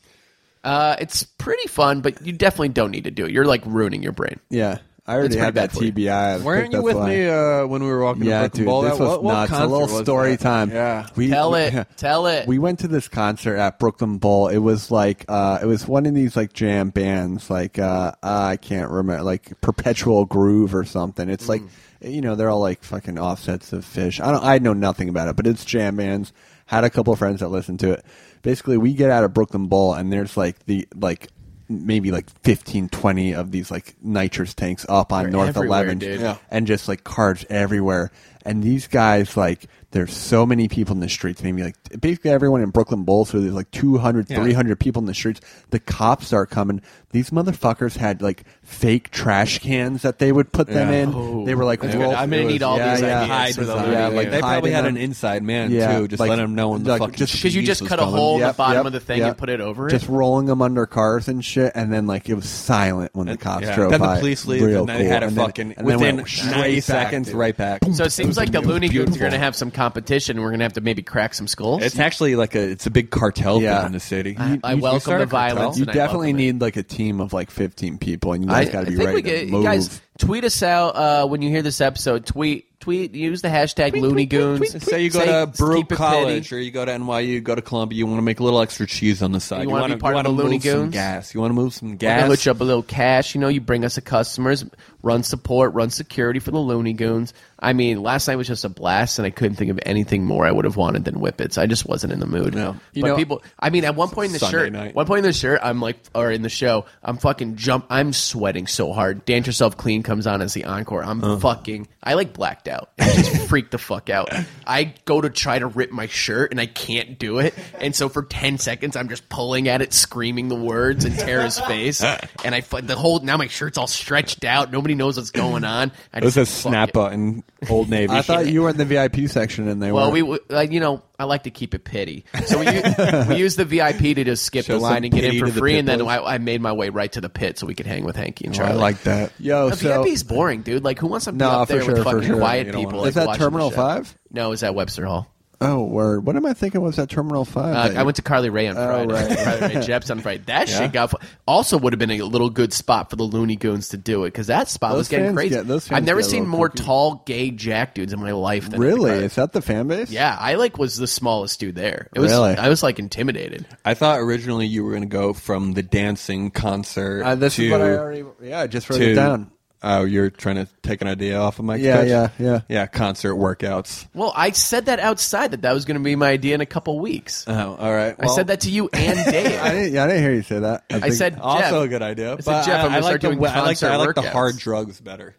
C: Uh, it's pretty fun, but you definitely don't need to do it. You're like ruining your brain.
D: Yeah, I already
C: That's pretty
D: had that
C: bad for you.
D: TBI. I
E: Weren't
D: think
E: you
D: that's
E: with
D: why.
E: me uh, when we were walking
D: Yeah,
E: to Brooklyn
D: dude,
E: Bowl?
D: this
E: That-
D: was
E: what, what
D: nuts. A
E: concert
D: little
E: was
D: story
E: that?
D: time.
E: Yeah.
D: we,
C: Tell
D: we-
C: it. Tell it.
D: We went to this concert at Brooklyn Bowl. It was like uh, it was one of these like jam bands, like uh, I can't remember, like Perpetual Groove or something. It's like you know they're all like fucking offsets of Fish. I don't, I know nothing about it, but it's jam bands. Had a couple friends that listened to it. Basically, we get out of Brooklyn Bowl and there's like the like maybe like 15 20 of these like nitrous tanks up on
C: They're
D: north
C: everywhere,
D: 11
C: dude.
E: Yeah.
D: and just like cars everywhere. And these guys, like, there's so many people in the streets. Maybe like basically everyone in Brooklyn Bowl, so there's like 200,
E: Yeah.
D: 300 people in the streets. The cops are coming. These motherfuckers had like fake trash cans that they would put them
E: Yeah. Oh,
D: in. they were like,
E: That's
D: roll-
E: good.
C: I'm gonna
E: It
C: need all
D: yeah,
C: these
D: yeah,
C: ideas. for
E: Hide
C: the
E: them.
C: movie.
D: Yeah,
E: like
D: like
E: they probably
D: hiding
E: had
D: them.
E: an inside man
D: Yeah,
E: too, just
D: like-
E: let him know when the
D: like,
E: fucking
D: just-
C: Because you
E: cheese
C: just
E: was
C: cut a
E: coming.
C: hole in
D: Yep,
C: the bottom
D: yep,
C: of the thing
D: yep.
C: and put it over
D: Just
C: it.
D: rolling them under cars and shit, and then like it was silent when the cops
E: Yeah.
D: drove
E: Then
D: by.
E: the police leave,
D: Real
E: and then they had
D: cool.
E: a
D: And then-
E: fucking
D: and then
E: within
D: went
E: ninety
D: straight back,
E: seconds,
D: dude.
E: right back.
C: So it seems like the Looney Tunes are
E: beautiful.
C: going to have some competition. and We're going to have to maybe crack some skulls.
E: It's actually like a it's a big cartel
D: Yeah. Uh,
E: thing in the city.
C: I- I
E: You- you
C: welcome
E: start
C: the
E: a cartel?
C: violence.
D: You
C: and I love
D: definitely
C: them.
D: need like a team of like 15 people, and you guys got to be ready to
C: you
D: move.
C: guys tweet us out uh, when you hear this episode. Tweet, tweet, use the hashtag Looney Goons.
E: Say you go to
C: keep
E: Baruch
C: it
E: College
C: petty.
E: or you go to NYU, you go to Columbia, you want to make a little extra cheese on the side.
C: You wanna be
E: wanna-
C: part of
E: wanna
C: the Looney
E: move some
C: Goons?
E: Gas. You want to move some
C: We're gonna
E: gas.
C: hook you up a little cash. You know, you bring us the customers, run support, run security for the Looney Goons. I mean, last night was just a blast, and I couldn't think of anything more I would have wanted than Whippets. I just wasn't in the mood.
E: No.
C: You
E: You
C: but
E: know-
C: people, I mean, at one point in the
E: Sunday
C: shirt,
E: night.
C: one point in the shirt, I'm like, or in the show, I'm fucking jump. I'm sweating so hard. Dance yourself clean comes on as the encore. I'm
E: Uh.
C: fucking. I like blacked out. I just freaked the fuck out. I go to try to rip my shirt and I can't do it. And so for ten seconds, I'm just pulling at it, screaming the words in Tara's face. And I fu- the whole now my shirt's all stretched out. Nobody knows what's going on. I
E: It was a
C: just fuck
E: snap
C: it.
E: button, Old Navy.
D: I thought you were in the VIP section, and they
C: Well,
D: were.
C: we w- like you know I like to keep it pity, so we use, we use the VIP to just skip
E: Show
C: the line
E: some
C: and get in
E: pity
C: for
E: to the
C: free,
E: pit
C: and then
E: boys.
C: I, I made my way right to the pit so we could hang with Hanky
D: Oh,
C: and Charlie.
E: that.
D: Yo,
C: the
D: so
C: VIP's boring, dude. Like who wants to be
D: No,
C: up there
D: for
C: with
D: sure, for
C: fucking
D: sure.
C: quiet
E: You don't
C: people?
E: wanna-
C: like,
D: Is that
C: watching the
D: Terminal
C: show?
D: 5?
C: No, is that Webster Hall?
D: oh word. What am I thinking? Was that Terminal Five?
C: Uh,
D: that
C: I
D: you- Oh,
C: went to Carly Rae on Friday.
D: right.
C: Carly Rae Jepsen on Friday. That
E: Yeah.
C: shit got fu- also would have been a little good spot for the Looney Goons to do it because that spot
D: Those
C: was getting
D: fans
C: crazy.
D: get- those fans
C: I've never
D: get a
C: seen
D: little
C: more
D: kooky.
C: tall gay jack dudes in my life. Than at the
D: Really?
C: Carly-
D: Is that the fan base?
C: Yeah, I like was the smallest dude there. It was
D: Really?
C: I was like intimidated.
E: I thought originally you were going to go from the dancing concert.
D: Uh, this
E: to,
D: is what I already. Yeah, I just wrote
E: to-
D: it down.
E: Oh, you're trying to take an idea off of my
D: Yeah,
E: pitch?
D: yeah, yeah.
E: yeah. Concert workouts.
C: Well, I said that outside that that was going to be my idea in a couple weeks.
E: Oh, all right.
C: I said that to you and Dave.
D: Uh, I didn't. Yeah, I didn't hear you say that.
C: I
D: think-
C: said
E: Also
C: Jeff.
E: a good idea.
C: I said,
E: but
C: Jeff, I'm gonna
E: I, I like
C: start
E: the,
C: doing
E: I like, the, I like the
C: concert
E: hard
C: workouts.
E: drugs better.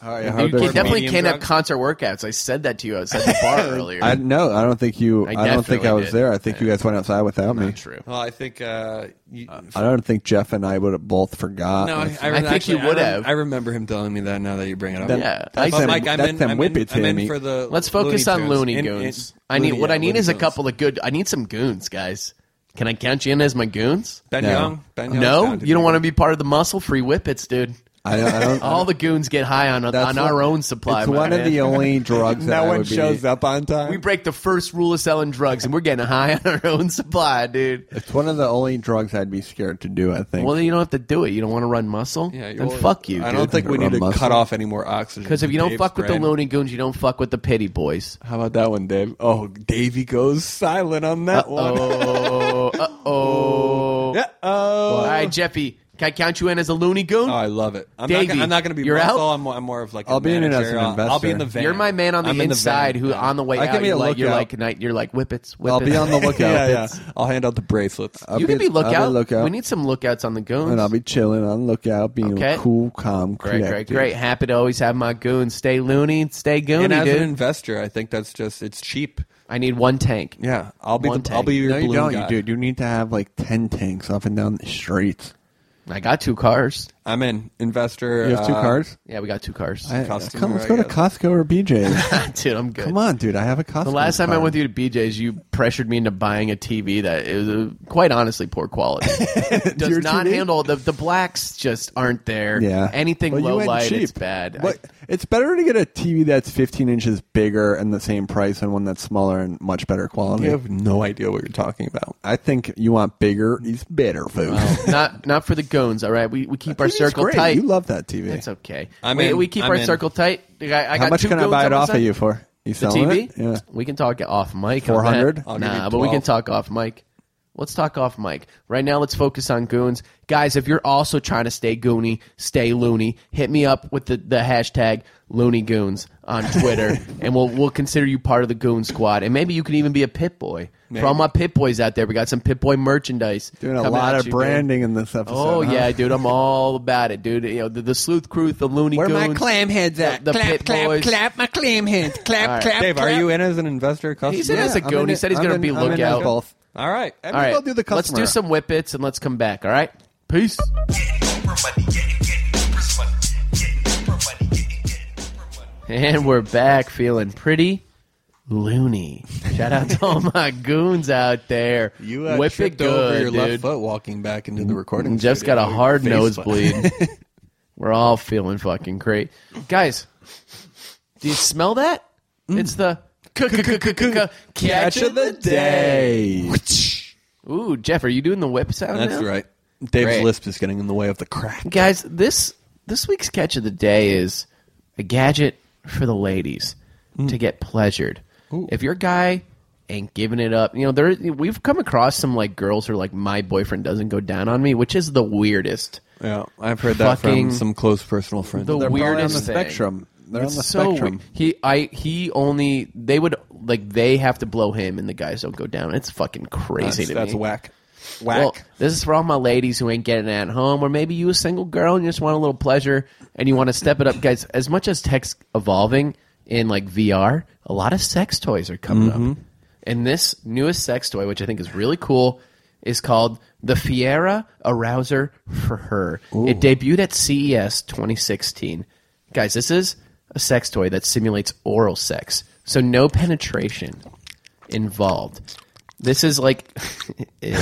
D: All right, how
C: you
D: does
C: can
D: it-
C: definitely
E: medium
C: can't have
E: drugs?
C: concert workouts. I said that to you outside the bar earlier.
D: I no, I don't think you.
C: I
D: I, don't think
C: definitely
D: I was
C: did.
D: there. I think you guys went outside without me.
C: Not true.
E: Well, I think uh, you,
D: I don't think Jeff and I would have both forgot.
E: No, I,
D: That's-
E: I,
C: I think
E: actually,
C: you would
E: I rem-
C: have.
E: I remember him telling me that. Now that you bring it up,
D: Then-
C: Yeah,
D: that's
C: I-
D: them,
E: Mike, I'm
D: that's
E: in,
D: them
E: I'm
D: whippets,
E: in, I'm
D: Amy.
E: in for the.
C: Let's focus on
E: Looney Tunes.
C: Looney
E: In- in-
C: Goons. I need
E: Looney-
C: what
E: yeah,
C: I need
E: Looney
C: is a
E: Tunes.
C: couple of good. I need some goons, guys. Can I count you in as my goons?
E: Ben
D: No.
E: Young. Ben Young's
C: no,
E: down
C: you don't
E: be
C: want to be part of the muscle free whippets, dude.
D: I don't. I don't
C: All the goons get high on on
D: that's what-
C: our own supply.
D: It's
C: my
D: one of
C: man.
D: the only drugs that
E: No
D: I
E: one
D: would be-
E: shows up on time.
C: We break the first rule of selling drugs, and we're getting high on our own supply, dude.
D: It's one of the only drugs I'd be scared to do. I think.
C: Well, then you don't have to do it. You don't want to run muscle?
E: Yeah,
C: then
E: you're-
C: fuck you,
E: I don't think we need to
D: Rub muscle.
E: cut off any more oxygen.
C: Because if you don't
E: Dave's
C: fuck with the
E: brain.
C: Looney Goons, you don't fuck with the Pity Boys.
E: how about that one, Dave? Oh, Davey goes silent on that one.
C: Oh, uh oh.
E: Yeah. Oh,
C: All right, Jeffy, can I count you in as a Looney Goon?
E: Oh, I love it. I'm
C: Davey,
E: not. Gonna, I'm not going to be.
C: you're
E: muscle.
C: out?
E: I'm more, I'm more of like. a
D: I'll be in it as
E: manager.
D: an
E: I'll, I'll
D: investor.
E: be in the van.
C: you're my man on the
E: I'm in
C: inside
E: van.
C: who, on the way
D: I can
C: out,
D: be
C: you're
D: a
C: like, you're
D: lookout.
C: like, night, you're like whippets, whippets.
D: I'll be on the lookout.
E: Yeah, yeah. I'll hand out the bracelets.
D: I'll
C: You can be
D: I'll
C: lookout.
D: lookout.
C: We need some lookouts on the Goons.
D: and I'll be chilling on lookout, being
C: Okay.
D: cool, calm,
C: great,
D: collected.
C: great, great. Happy to always have my Goons. Stay Looney, stay Goony,
E: and as
C: dude.
E: an investor, I think that's just it's cheap.
C: I need one tank.
E: Yeah, I'll be
C: One
E: the, I'll be
C: tank.
E: your
D: No, you
E: balloon
D: don't,
E: guy.
D: you dude. You need to have like ten tanks up and down the streets.
C: I got two cars.
E: I'm in investor.
D: You have two
E: uh,
D: cars.
C: Yeah, we got two cars.
D: I-
E: customer,
D: come, let's
E: I
D: go to
E: guess.
D: Costco or BJ's.
C: dude, I'm good.
D: come on, dude. I have a Costco.
C: The last time I
D: card.
C: went with you to BJ's, you pressured me into buying a TV that it was uh, quite honestly poor quality. Does
D: Your
C: not
D: TV?
C: handle the the blacks just aren't there.
D: Yeah.
C: anything
D: Well, you
C: low
D: went
C: light,
D: cheap.
C: it's bad.
D: What- it's better to get a TV that's 15 inches bigger and the same price and one that's smaller and much better quality.
E: You have no idea what you're talking about.
D: I think you want bigger is better, folks.
C: I- not not for the goons. All right, we we keep our
D: TV's
C: circle
D: great.
C: tight.
D: You love that TV.
C: It's okay.
E: I'm
C: we,
E: in.
C: we keep
E: I'm
C: our
E: in.
C: circle tight. I, I
D: How
C: got
D: much
C: two
D: can I
C: goons
D: buy
C: on
D: it
C: my
D: off of
C: side.
D: you for? You
C: The
D: selling
C: TV?
D: it? Yeah.
C: We can talk off mic.
D: 400?
C: On
E: I'll
C: that.
E: give you
C: Nah, but we can
E: 12.
C: talk off mic. Let's talk off mic. Right now, let's focus on goons. Guys, if you're also trying to stay goony, stay loony, hit me up with the, the hashtag loony goons on Twitter, and we'll we'll consider you part of the goon squad. And maybe you can even be a pit boy. For all my pit boys out there, we got some pit boy merchandise.
D: Doing a
C: coming
D: lot
C: at
D: of
C: you, dude.
D: branding in this episode.
C: Oh
D: huh?
C: yeah, dude, I'm all about it, dude. You know the, the sleuth crew, the loony
F: Where
C: goons,
F: my clam heads at?
C: the, the
F: clap,
C: pit
F: clap,
C: boys.
F: clap, my clam heads. Clap,
C: All right.
F: clap.
E: Dave, are
F: clap.
E: you in as an investor? Customer?
C: He's in as a
D: I'm
C: goon.
D: in
C: He
D: it.
C: said he's
D: I'm
C: gonna
D: in-
C: be
D: I'm in as
C: lookout.
D: both.
E: All right. I mean,
C: All right,
D: We'll do the
C: let's
D: customer.
C: do some whippets and let's come back. All right, peace. And we're back, feeling pretty loony. Shout out to all my goons out there.
E: You uh,
C: whip it
E: tripped
C: good,
E: over your
C: dude.
E: left foot walking back into the recording.
C: And Jeff's
E: studio.
C: got a hard
E: Face
C: nosebleed. We're all feeling fucking great, guys. Do you smell that?
D: Mm.
C: It's the catch
E: Catch of the day.
C: Ooh, Jeff, are you doing the whip sound?
E: That's
C: now?
E: right. Dave's
C: Great.
E: lisp is getting in the way of the crack.
C: guys this this week's catch of the day is a gadget for the ladies
D: Mm.
C: to get pleasured if your guy ain't giving it up you know there we've come across some like girls who are like my boyfriend doesn't go down on me which is the weirdest
E: Yeah, I've heard that
C: Fucking-
E: from some close personal friends.
C: the
D: They're probably on
C: weirdest
D: the
C: thing.
D: spectrum. They're
C: It's
D: on the
C: so
D: spectrum.
C: weird. He, I, he only they would like they have to blow him, and the guys don't go down. It's fucking
E: that's,
C: crazy to
E: that's
C: me.
E: whack.
C: Well, this is for all my ladies who ain't getting it at home, or maybe you a single girl and you just want a little pleasure and you want to step it up, guys. As much as tech's evolving in like VR, a lot of sex toys are coming up, and this newest sex toy, which I think is really cool, is called the Fiera Arouser for her. It debuted at E CES 2016. Guys, this is a sex toy that simulates oral sex, so no penetration involved. This is like ew.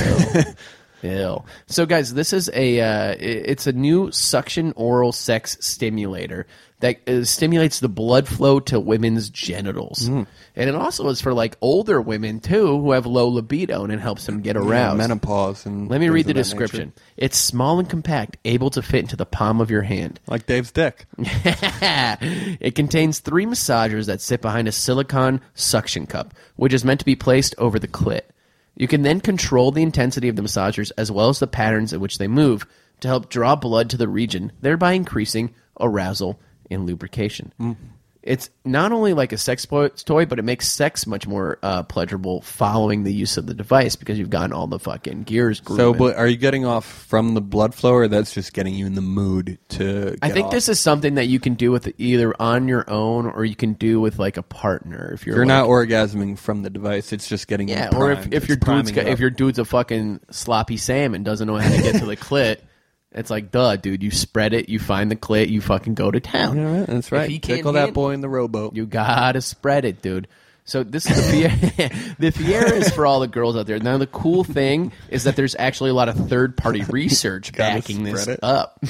C: Ew. So guys, this is a uh, i- it's a new suction oral sex stimulator that uh, stimulates the blood flow to women's genitals.
E: Mm.
C: And it also is for like older women too who have low libido and it helps them get aroused.
E: menopause and
C: Let me
E: things
C: read the
E: of that
C: description.
E: nature.
C: It's small and compact, able to fit into the palm of your hand.
E: Like Dave's dick.
C: it contains three massagers that sit behind a silicone suction cup, which is meant to be placed over the clit. You can then control the intensity of the massagers as well as the patterns in which they move to help draw blood to the region, thereby increasing arousal and lubrication. It's not only like a sex po- toy, but it makes sex much more uh, pleasurable following the use of the device because you've gotten all the fucking gears.
E: So,
C: grooving.
E: but are you getting off from the blood flow, or that's just getting you in the mood to? Get
C: I think
E: off?
C: this is something that you can do with either on your own or you can do with like a partner if you're,
E: You're
C: like-
E: not orgasming from the device. It's just getting you
C: yeah or if,
E: primed.
C: if
E: It's
C: your dude's
E: priming
C: got,
E: you
C: if
E: up.
C: your dude's a fucking sloppy Sam and doesn't know how to get to the clit it's like duh dude you spread it you find the clit you fucking go to town
E: Yeah, that's right.
C: If he can't
E: Tickle that
C: handle-
E: boy in the rowboat.
C: you gotta spread it, dude. So this is the Fiera. the Fiera is for all the girls out there. Now the cool thing is that there's actually a lot of third party research backing this
E: spread it.
C: up.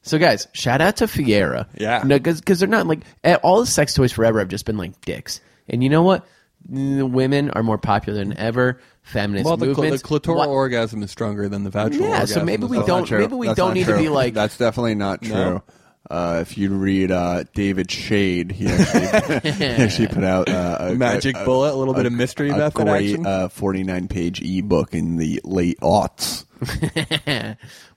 C: so guys, shout out to Fiera.
E: Yeah.
C: because they're not like eh, all the sex toys forever have just been like dicks. And you know what? The women are more popular than ever. Feminist
E: well, the, cl- the
C: movements.
E: clitoral
C: What-
E: orgasm is stronger than the vaginal.
C: Yeah, so
E: orgasm.
C: maybe
E: is
C: we
E: all.
C: don't-
D: Not true.
C: maybe we
D: That's
C: don't
D: not
C: need to
D: true.
C: be like-
D: That's definitely not true.
E: No.
D: Uh, if you read uh, David Shade, he actually, he actually put out uh, a
E: Magic
D: a-
E: bullet, a little bit of mystery
D: a
E: method
D: great,
E: action.
D: Uh, Forty-nine page ebook in the late aughts.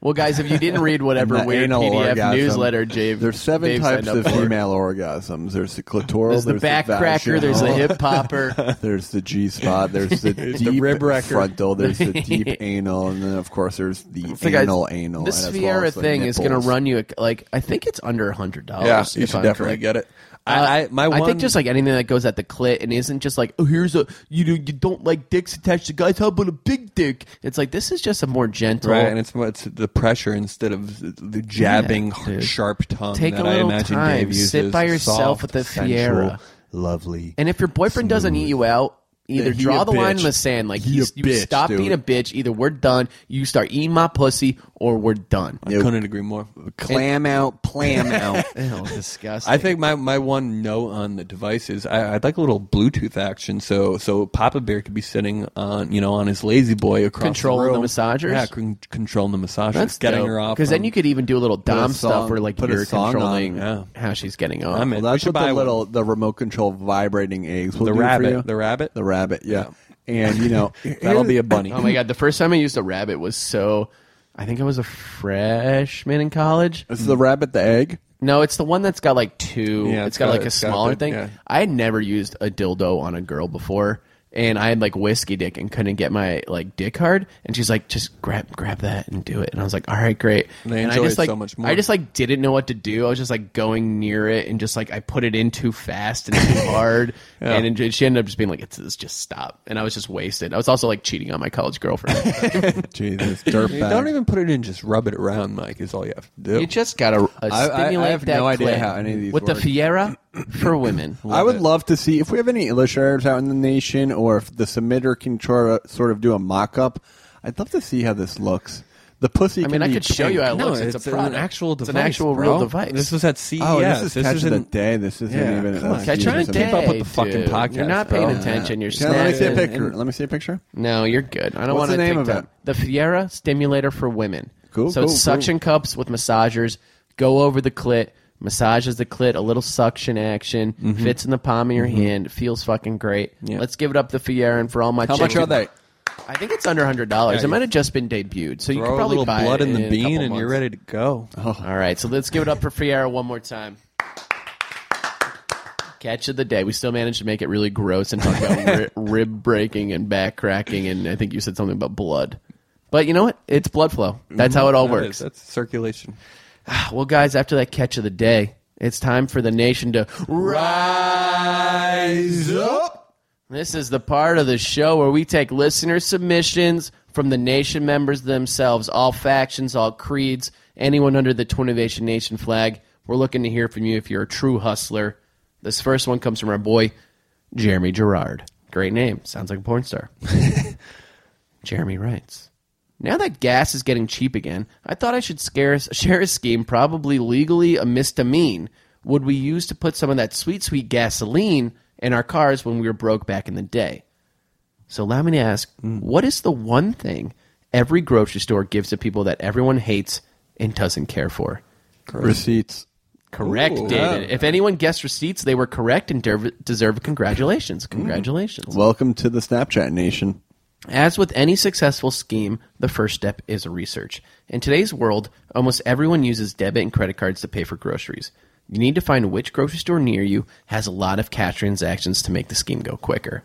C: well, guys, if you didn't read whatever
D: The
C: weird
D: anal
C: PDF
D: orgasm.
C: newsletter, Dave,
D: There's seven
C: Dave signed
D: types
C: up
D: of
C: for.
D: female orgasms. There's the clitoral.
E: Oh,
C: There's the back cracker. There's the
D: vaginal.
C: hip popper.
D: There's the G spot. There's the deep
E: the rib wrecker.
D: frontal. There's the deep anal, and then of course there's the
C: So guys,
D: anal anal.
C: This
D: and as well
C: Fiera
D: as the
C: thing is going
D: nipples.
C: to run you like I think it's under a hundred dollars.
E: Yeah, you should definitely get it. I, I, my
C: Uh, I
E: one,
C: think just like anything that goes at the clit and isn't just like oh here's a you know you don't like dicks attached to guys how about a big dick? It's like this is just a more gentle.
E: right, and it's more- it's the pressure instead of the- the jabbing
C: Yeah, dude.
E: sharp tongue
C: Take
E: that
C: a little
E: I imagine
C: time.
E: Dave uses.
C: Sit by yourself
E: Soft,
C: with the
E: sensual,
C: Fiera.
E: lovely.
C: And if your boyfriend doesn't eat you out, Either
D: Yeah, he
C: draw
D: a
C: the line in
D: bitch.
C: the sand, like
D: He
C: you,
D: a
C: you
D: bitch,
C: stop
D: dude.
C: being a bitch. Either we're done, you start eating my pussy, or we're done.
E: I couldn't agree more.
F: Clam out, plam out.
C: Ew, disgusting.
E: I think my, my one no on the device is I, I'd like a little Bluetooth action so so Papa Bear could be sitting on you know on his lazy boy across
C: Controlling
E: the,
C: the
E: room.
C: massagers?
E: yeah con- controlling the massagers
C: that's
E: getting
C: dope.
E: her off
C: because then
E: on-
C: you could even do a little dom
D: a
C: stuff
D: song-
C: where like
D: put a
C: you're
D: song on,
C: controlling
E: yeah.
C: how she's getting off.
E: I'm
D: Well,
E: in. We
D: that's
E: should
D: what
E: buy
D: the
E: one.
D: little the remote control vibrating eggs will
E: The
D: do for
E: rabbit-
D: you.
E: the rabbit?
D: the rabbit, yeah. And you know
E: that'll be a bunny.
C: Oh my god! The first time I used a rabbit was so. I think I was a freshman in college.
D: Is the rabbit the egg?
C: No, it's the one that's got like two.
E: Yeah,
C: it's got, like a
E: it's got
C: smaller
E: the-
C: thing.
E: yeah.
C: I had never used a dildo on a girl before, and I had like whiskey dick and couldn't get my like dick hard. And she's like, "Just grab, grab that and do it." And I was like, "All right, great."
E: They
C: and I
E: enjoy
C: just
E: it
C: like,
E: so much more.
C: I just like didn't know what to do. I was just like going near it and just like I put it in too fast and too hard, and it, she ended up just being like, "It's it's just stop." And I was just wasted. I was also like cheating on my college girlfriend.
D: Jesus, dirtbag.
E: don't even put it in just rub it around Mike is all you have to do
C: You just gotta uh,
D: I- I
C: stimulate
D: have
C: that
D: no idea
C: clit
D: how any of these
C: with
D: work.
C: the Fiera for women.
D: I would love to see if we have any illustrators out in the nation, or if the submitter can try to sort of do a mock-up. I'd love to see how this looks. The pussy.
C: I mean,
D: can
C: I
D: be
C: could show you
D: pink.
C: how it looks.
E: it's,
C: It's, a
E: an
C: product.
E: actual
C: It's
E: device
C: an actual
E: bro.
C: real device.
E: this was at E CES
D: Oh, this is catch of the
E: isn't
D: day. This isn't
E: Yeah,
D: even.
E: come on.
D: that's
E: Catch
C: Okay, try
D: Jesus.
C: and
E: keep up with the
C: date,
E: fucking
C: dude.
E: podcast,
C: You're not
E: bro.
C: paying
E: Yeah.
C: attention. You're
D: Can I- let me see a
C: snapping.
D: picture. Let me see a picture.
C: No, you're good. I don't want
D: What's the
C: to
D: name
C: take
D: of
C: that.
D: it?
C: The Fiera stimulator for women.
D: Cool,
C: So
D: cool,
C: it's suction cups with massagers. Go over the clit. Massages the clit, a little suction action, fits in the palm of your hand, feels fucking great.
E: Mm-hmm. Yeah.
C: Let's give it up the Fiera and for all my
E: How much
C: chicken-
E: are they?
C: I think it's under hundred dollars.
E: Yeah,
C: it
E: you-
C: might have just been debuted, so you could
E: Throw a
C: probably
E: little
C: buy
E: blood
C: it
E: in the
C: a
E: bean
C: couple
E: and you're
C: months.
E: ready to go.
C: All right, so let's give it up for Fiera one more time. Catch of the day. We still managed to make it really gross and talk about ri- rib breaking and back cracking, and I think you said something about blood. But you know what? It's blood flow. That's how it all
E: Mm-hmm. That
C: works.
E: is- that's circulation.
C: Well, guys, after that catch of the day, it's time for the nation to
E: Rise up.
C: This is the part of the show where we take listener submissions from the nation members themselves, all factions, all creeds, anyone under the Twinnovation Nation flag. We're looking to hear from you if you're a true hustler. This first one comes from our boy, Jeremy Gerard. Great name. Sounds like a porn star. Jeremy writes. Now that gas is getting cheap again, I thought I should scare, share a scheme, probably legally a misdemeanor, would we use to put some of that sweet, sweet gasoline in our cars when we were broke back in the day. So allow me to ask, what is the one thing every grocery store gives to people that everyone hates and doesn't care for?
D: Receipts.
C: Correct,
E: Ooh.
C: David. If anyone guessed receipts, they were correct and der- deserve congratulations. Congratulations.
D: Welcome to the Snapchat nation.
C: As with any successful scheme, the first step is research. In today's world, almost everyone uses debit and credit cards to pay for groceries. You need to find which grocery store near you has a lot of cash transactions to make the scheme go quicker.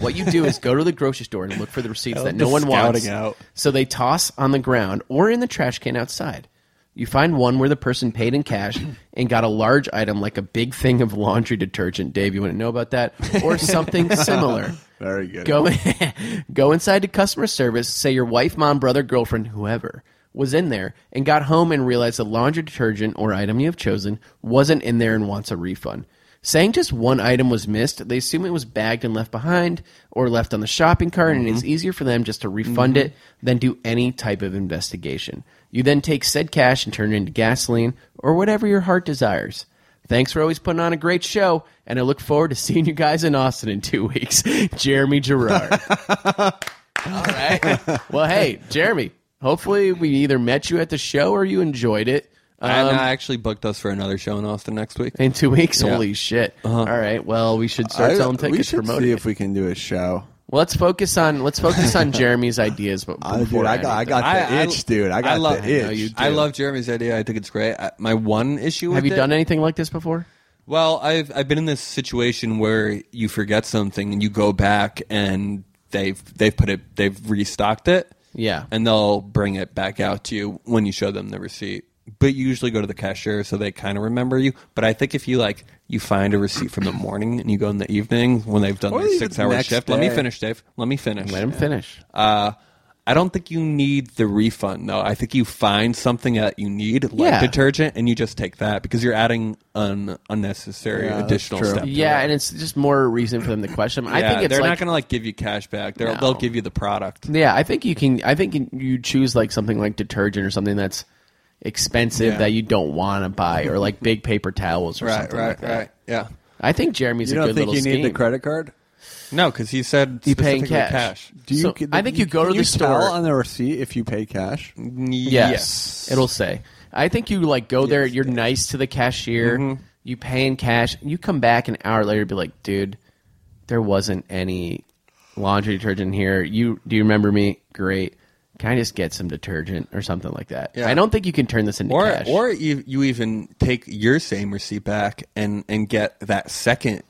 C: What you do is go to the grocery store and look for the receipts that
E: love
C: no
E: the
C: one wants.
E: scouting out.
C: So they toss on the ground or in the trash can outside. You find one where the person paid in cash and got a large item like a big thing of laundry detergent. Dave, you wouldn't know about that, or something similar.
D: Very good.
C: Go, go inside to customer service, say your wife, mom, brother, girlfriend, whoever was in there and got home and realized the laundry detergent or item you have chosen wasn't in there and wants a refund. Saying just one item was missed, they assume it was bagged and left behind or left on the shopping cart, and it's easier for them just to refund it than do any type of investigation. You then take said cash and turn it into gasoline or whatever your heart desires. Thanks for always putting on a great show, and I look forward to seeing you guys in Austin in two weeks. Jeremy Gerard. All right. Well, hey, Jeremy, hopefully we either met you at the show or you enjoyed it.
E: and
C: Um,
E: I actually booked us for another show in Austin next week.
C: in two weeks?
E: Yeah.
C: Holy shit. All right. Well, we should start
D: I-
C: selling
D: we
C: tickets
D: should
C: promoting.
D: see
C: it.
D: if we can do a show.
C: Well, let's focus on let's focus on Jeremy's ideas. But
D: I, dude,
C: before
D: I got, I
C: anything.
D: got the itch, dude. I got
E: love,
D: the itch.
E: I love Jeremy's idea. I think it's great. I, my one issue.
C: Have
E: with
C: you
E: it-
C: done anything like this before?
E: Well, I've I've been in this situation where you forget something and you go back and they've they've put it they've restocked it.
C: Yeah.
E: And they'll bring it back out to you when you show them the receipt. But you usually go to the cashier so they kind of remember you. But I think if you like you find a receipt from the morning and you go in the evening when they've done
D: Or
E: their
D: even
E: six hour
D: next
E: shift. Let me
D: day.
E: finish, Dave. Let me finish.
C: Let him finish.
E: Uh, I don't think you need the refund though. I think you find something that you need, like
C: Yeah.
E: detergent, and you just take that because you're adding an unnecessary
D: Yeah, that's
E: additional
D: true.
E: step. to
C: Yeah,
E: it.
C: and it's just more reason for them to question. them. I
E: Yeah,
C: think it's
E: they're
C: like,
E: not going to like give you cash back. They're,
C: No.
E: They'll give you the product.
C: Yeah, I think you can. I think you choose like something like detergent or something that's expensive
E: Yeah.
C: that you don't want to buy, or like big paper towels or something like that.
E: Yeah.
C: I think Jeremy's
D: You
C: a
D: don't
C: good
D: think
C: little
D: you
C: scheme.
D: need the credit card?
E: No, because he said
C: You pay in
E: specifically
C: cash.
D: Do you?
C: So, I think you go to
D: can
C: the
D: you
C: store-
D: tell on the receipt if you pay cash.
C: Yes,
E: Yes.
C: it'll say. I think you like go there. You're nice to the cashier.
E: Mm-hmm.
C: You pay in cash. You come back an hour later, and be like, dude, there wasn't any laundry detergent here. You do you remember me? Great. Can I just get some detergent or something like that?
E: Yeah.
C: I don't think you can turn this into
E: or
C: cash.
E: or you, you even take your same receipt back and and get that second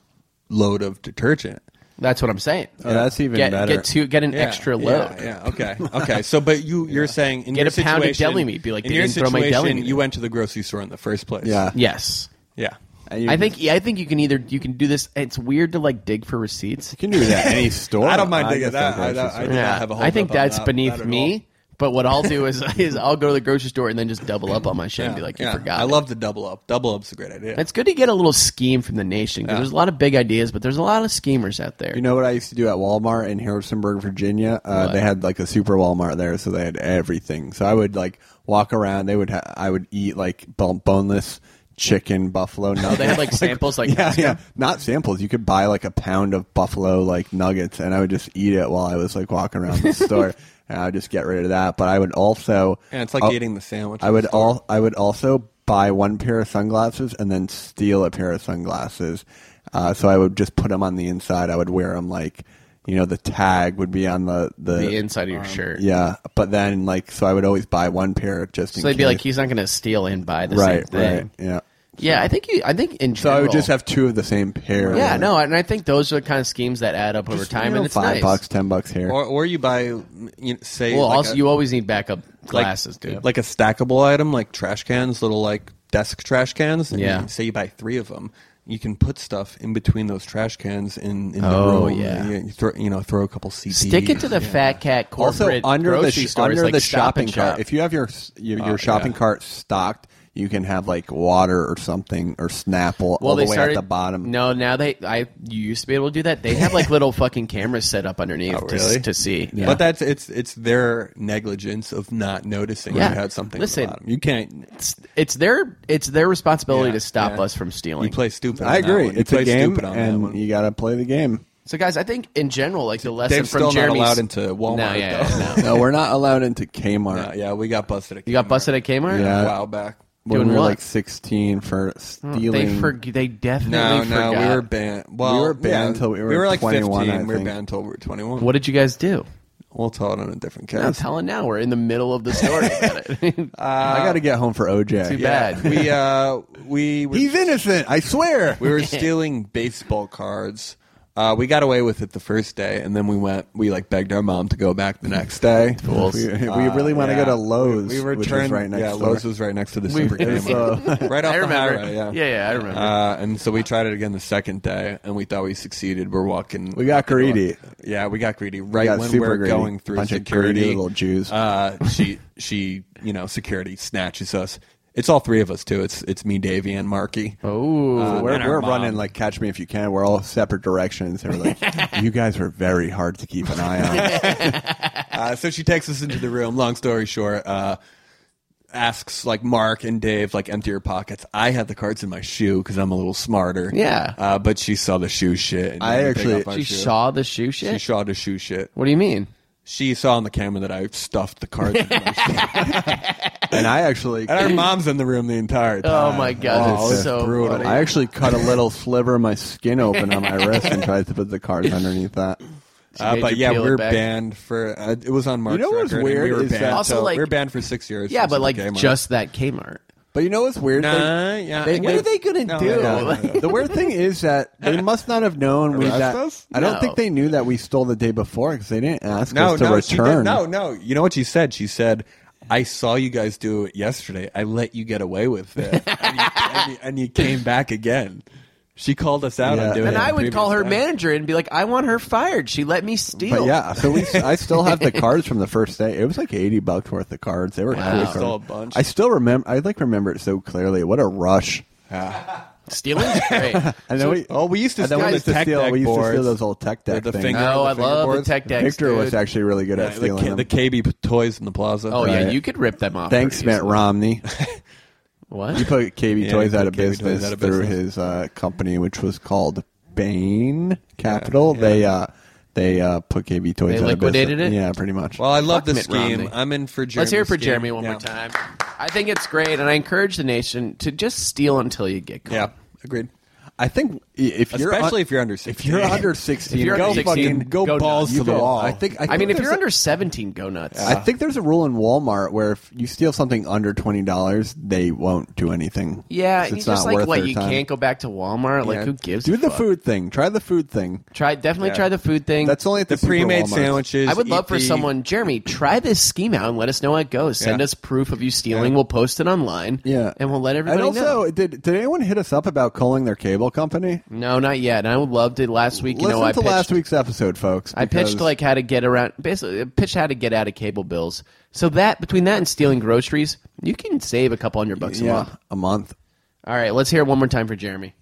E: load of detergent.
C: That's what I'm saying.
D: Oh, that's even
C: get,
D: better.
C: Get two, get an
E: Yeah,
C: extra
E: yeah,
C: load.
E: Yeah, okay, okay. So, but you you're saying in
C: Get
E: your
C: a pound of
E: situation-
C: deli meat. Be like,
E: in
C: they
E: your
C: didn't throw my deli
E: situation,
C: meat
E: You
C: in.
E: went to the grocery store in the first place.
D: Yeah.
C: Yes.
E: yeah.
D: And you
C: I think I think you can either you can do this. It's weird to like dig for receipts.
D: you can do that at any store.
E: I don't mind digging
D: guess I'll
E: that.
D: go
E: I-
D: to the
E: I-
D: grocery
E: do not
C: Yeah,
E: have a
C: I think
E: holdup on
C: that's
E: that-
C: beneath
E: that at all.
C: me. But what I'll do is, is I'll go to the grocery store and then just double up on my shit and be
E: Yeah,
C: like, you
E: yeah.
C: forgot.
E: I
C: it."
E: love the double up. Double up's a great idea.
C: It's good to get a little scheme from the nation 'cause there's a lot of big ideas, but there's a lot of schemers out there.
D: You know what I used to do at Walmart in Harrisonburg, Virginia? Uh,
C: What?
D: they had like a super Walmart there, so they had everything. So I would like walk around. They would ha- I would eat like bon- boneless chicken, buffalo nuggets.
C: they had, like, samples, like
D: yeah,
C: Costco?
D: yeah, not samples. You could buy like a pound of buffalo like nuggets, and I would just eat it while I was like walking around the store. And I would just get rid of that. But I would also
E: yeah, it's like
D: I'll-
E: eating the sandwich.
D: Oh, I
E: in
D: would
E: the store.
D: all I would also buy one pair of sunglasses and then steal a pair of sunglasses. Uh, so I would just put them on the inside. I would wear them like you know the tag would be on the the,
C: the inside of your shirt.
D: Um, yeah. But then like so I would always buy one pair just in
C: So they'd be
D: case.
C: like, he's not going to steal and buy the same
D: right
C: thing.
D: right yeah.
C: Yeah, I think you. I think in
D: So
C: general,
D: I would just have two of the same pair.
C: Yeah, no, and I think those are the kind of schemes that add up over time,
D: You know,
C: and it's
D: five
C: nice.
D: bucks, ten bucks here.
E: or or you buy, you know, say,
C: Well,
E: like
C: also
E: a-
C: you always need backup
E: like-
C: glasses, dude.
E: Like a stackable item, like trash cans, little like desk trash cans. And
C: Yeah.
E: you- say you buy three of them, you can put stuff in between those trash cans in, in
C: Oh,
E: the room.
C: yeah.
E: You, you throw, you know, throw a couple CDs.
C: Stick it to the fat cat
D: also
C: corporate
D: under the
C: grocery
D: sh-
C: stores,
D: under
C: like
D: the
C: Stop
D: shopping
C: and Shop.
D: cart. If you have your s- your, your
E: Uh, yeah.
D: shopping cart stocked, you can have like water or something or Snapple all the way at the bottom.
C: No, now they. I you used to be able to do that. They have like little fucking cameras set up underneath
E: Oh,
C: to s-
E: really?
C: to, see.
E: But that's it's it's their negligence of not noticing
C: Yeah.
E: you had something.
C: Listen.
E: at the bottom. you can't.
C: it's, it's their it's their responsibility
E: Yeah,
C: to stop
E: yeah.
C: us from stealing.
E: You play stupid.
D: I
E: on that
D: agree.
E: one. You
D: It's a
E: play
D: game,
E: stupid on that
D: and
E: one.
D: you got to play the game.
C: So guys, I think in general, like the lesson
E: Dave's
C: from
E: still not
C: Jeremy's
E: allowed into Walmart.
C: No, yeah,
E: though.
C: yeah, no.
D: No, we're not allowed into Kmart.
E: Yeah, yeah, we got busted. At
C: You got
E: Kmart
C: busted at Kmart.
D: Yeah.
E: a while back.
D: When
C: Doing
D: we were
C: what?
D: like 16 for stealing.
C: They for, they definitely
E: No, no,
C: forgot.
E: we were banned. Well,
D: We were banned
E: yeah,
D: until we were
E: like
D: 21, I
E: We were
D: think.
E: banned until we were twenty-one.
C: What did you guys do?
E: We'll tell it on a different
C: I'm
E: case.
C: telling now. We're in the middle of the story. about it.
D: I got to get home for OJ.
C: too
D: Yeah.
C: bad.
E: we uh, we were,
D: He's innocent. I swear.
E: we were stealing baseball cards. Uh, we got away with it the first day, and then we went. We like begged our mom to go back the next day.
D: If we, if we really want to
E: Uh, Yeah.
D: go to Lowe's.
E: We, we were
D: which is
E: turned
D: right next
E: Yeah,
D: door.
E: Lowe's was right next to the
C: We-
E: Super Kmart.
D: so-
E: right off
C: I remember.
E: the highway. Yeah,
C: Yeah, yeah, I remember.
E: Uh, and so we tried it again the second day, and we thought we succeeded. We're walking.
D: We got greedy.
E: Yeah, we got greedy. Right
D: got
E: when
D: super
E: we're
D: greedy.
E: going through
D: Bunch of
E: security,
D: greedy little Jews.
E: Uh, she she you know security snatches us. It's all three of us too. It's it's me, Davey, and Marky.
C: oh,
E: Uh,
D: we're
E: and our
D: we're
E: mom.
D: running like catch me if you can. We're all separate directions. They were like, you guys were very hard to keep an eye on.
E: Uh, so she takes us into the room. Long story short, uh, asks like Mark and Dave like empty your pockets. I had the cards in my shoe because I'm a little smarter.
C: Yeah.
E: uh, but she saw the shoe shit. And
D: I
E: didn't
D: actually-
E: pick up our
C: she
E: shoe.
C: saw the shoe
E: she
C: shit.
E: saw the shoe shit.
C: what do you mean?
E: She saw on the camera that I stuffed the cards. in my shoe.
D: and I actually.
E: and our mom's in the room the entire
C: Oh
E: time. Uh,
C: my god,
D: Oh,
C: it's
D: it's
C: so
E: brutal.
C: funny.
D: I actually cut a little sliver of my skin open on my wrist and tried to put the cards underneath that.
E: Uh,
C: made
E: but
C: you
E: yeah,
C: peel
E: we
C: it
E: were
C: back.
E: banned for uh, it was on Mark's
D: know what's
E: record, and
D: weird
E: we were
D: is
E: banned
D: that-
C: Also,
E: till-
C: like-
E: we were banned for six years.
C: yeah,
E: for
C: but
E: Super
C: like
E: Kmart.
C: just that Kmart.
D: But you know what's weird?
E: Nah, yeah, I
C: What
E: guess-
C: are they gonna
E: No,
C: do?
E: yeah,
D: Yeah.
E: no, no, no.
D: the weird thing is that they must not have known we
E: Arrest
D: that.
E: us?
D: I don't
C: No.
D: think they knew that we stole the day before because they didn't ask
E: no,
D: us to
E: no, she did-
D: return.
E: no, no. You know what she said? She said, "I saw you guys do it yesterday. I let you get away with it, and you, and you- and you came back again." She called us out
D: Yeah.
E: on
D: And
E: doing it.
C: And
E: the
C: I would
E: previous
C: call her
E: time.
C: manager and be like, I want her fired. She let me
D: But
C: steal.
D: yeah, so we, I still have the cards from the first day. It was like eighty bucks worth of cards. They were
C: Wow.
D: quick.
E: Still a bunch.
D: I still remember. I like remember it so clearly. What a rush!
C: Stealing's great.
D: And
E: So- oh, we used to
D: and then we
E: steal the
D: used to
E: tech
D: steal.
E: deck
D: we used to
E: boards.
D: steal those old tech
E: The-
D: deck
E: the
D: things.
E: finger-
C: Oh, I
E: the
C: love the
E: fingerboards.
C: tech decks.
D: Victor was
C: dude.
D: actually really good
E: Yeah,
D: at
E: the,
D: stealing
E: K-
D: them.
E: the KB p- toys in the plaza.
C: Oh yeah,
D: Right.
C: you could rip them off.
D: Thanks,
C: pretty
D: Mitt
C: easily.
D: Romney.
C: What?
D: He put KB
E: Yeah,
D: Toys
E: he
D: out
E: put
D: of
E: KB Toys
D: business
E: out of
D: through
E: business.
D: his uh, company, which was called Bain Capital. They uh, they uh, put KB Toys.
C: They
D: out
C: liquidated
D: of business.
C: it?
D: Yeah, pretty much.
E: Well, I love
C: Fuck
E: this
C: Mitt
E: game.
C: Romney.
E: I'm in for Jeremy.
C: Let's hear it for
E: scheme.
C: Jeremy one
E: Yeah.
C: more time. I think it's great, and I encourage the nation to just steal until you get caught.
E: Yeah, agreed.
D: I think i- if you're un-
E: Especially if you're under 16.
D: if you're under sixteen,
C: If you're
D: go
C: under 16,
D: fucking
C: go nuts.
D: balls
E: You
D: to the
E: go.
D: wall.
E: I
D: think.
C: I mean, if you're
D: under.
C: under 17, go nuts.
D: I think there's a rule in Walmart where if you steal something under twenty dollars, they won't do anything.
C: yeah,
D: 'Cause
C: and you
D: it's
C: just
D: not
C: like
D: worth
C: what
D: their
C: you
D: time.
C: can't go back to Walmart. Like
E: Yeah.
C: who gives?
D: Do
C: a
D: the
C: fuck?
D: food thing. Try the food thing.
C: Try definitely
E: Yeah.
C: try the food thing.
D: That's only at the,
E: the pre-made sandwiches. E
C: I would love
E: eat
C: for
D: E
E: the-
C: someone, Jeremy, try this scheme out and let us know how it goes. Send
E: Yeah.
C: us proof of you stealing.
E: Yeah.
C: We'll post it online.
D: Yeah,
C: and we'll let everybody
D: And also,
C: know.
D: did did anyone hit us up about calling their cable company?
C: No, not yet. And I would love to. Last week, you
D: Listen
C: know, I
D: to
C: pitched,
D: last week's episode, folks.
C: I pitched
D: because-
C: like how to get around. Basically, I pitched how to get out of cable bills. So that between that and stealing groceries, you can save a couple hundred bucks a
D: yeah,
C: month.
D: a month.
C: All right, let's hear it one more time for Jeremy.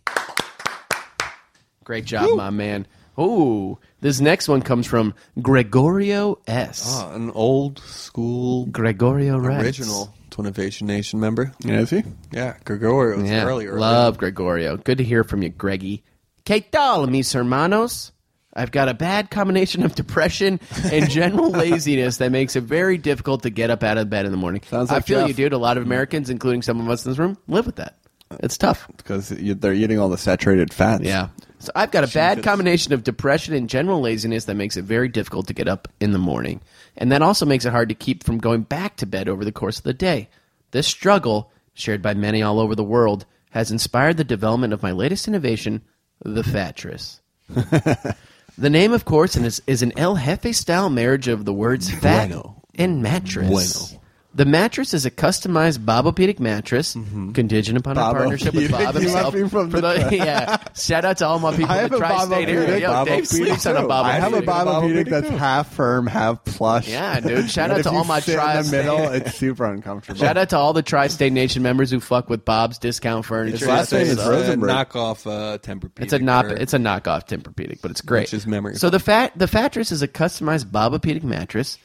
C: Great job, my man. Ooh, this next one comes from Gregorio S.
E: Ah, an old school
C: Gregorio writes,
E: original Twinnovation Nation member.
D: Yeah, is he?
E: Yeah, Gregorio was
C: Yeah,
E: earlier.
C: love Gregorio. Good to hear from you, Greggy. ¿Qué tal, mis hermanos? I've got a bad combination of depression and general laziness that makes it very difficult to get up out of bed in the morning.
D: Sounds
C: I
D: like
C: feel
D: Jeff.
C: you, dude. A lot of Americans, including some of us in this room, live with that. It's tough.
D: Because you- they're eating all the saturated fats.
C: Yeah. So I've got a bad combination of depression and general laziness that makes it very difficult to get up in the morning. And that also makes it hard to keep from going back to bed over the course of the day. This struggle, shared by many all over the world, has inspired the development of my latest innovation, the Fatress. the name, of course, and is, is an El Jefe style marriage of the words fat
E: Bueno.
C: and mattress.
E: Bueno.
C: The mattress is a customized Bobopedic mattress, contingent upon our partnership with Bob
D: Mm-hmm. Bobopedic. You
C: himself.
D: must be from
C: For
D: the-
C: yeah. Shout out to all my people
D: I
C: in
D: have
C: the
D: a
C: tri-state area.
D: Bobopedic.
C: Yo, Dave
D: Bobopedic
C: sleeps on a
D: too.
C: Bobopedic.
D: I have a
E: Bobopedic
D: Bobopedic that's
E: too.
D: half firm, half plush.
C: Yeah, dude. Shout
D: And
C: out
D: if
C: to
D: you
C: all my
D: sit in the
C: tri-state-
D: middle. It's super uncomfortable.
C: Shout out to all the tri-state nation members who fuck with Bob's discount furniture.
E: His last name is
D: It's
E: a
D: a Rosenberg.
E: knockoff uh, Tempur-Pedic.
C: It's a knock.
E: or-
C: It's a knockoff Tempur-Pedic, but it's great.
E: Which is memory.
C: So the fat the Fatress is a customized Bobapedic mattress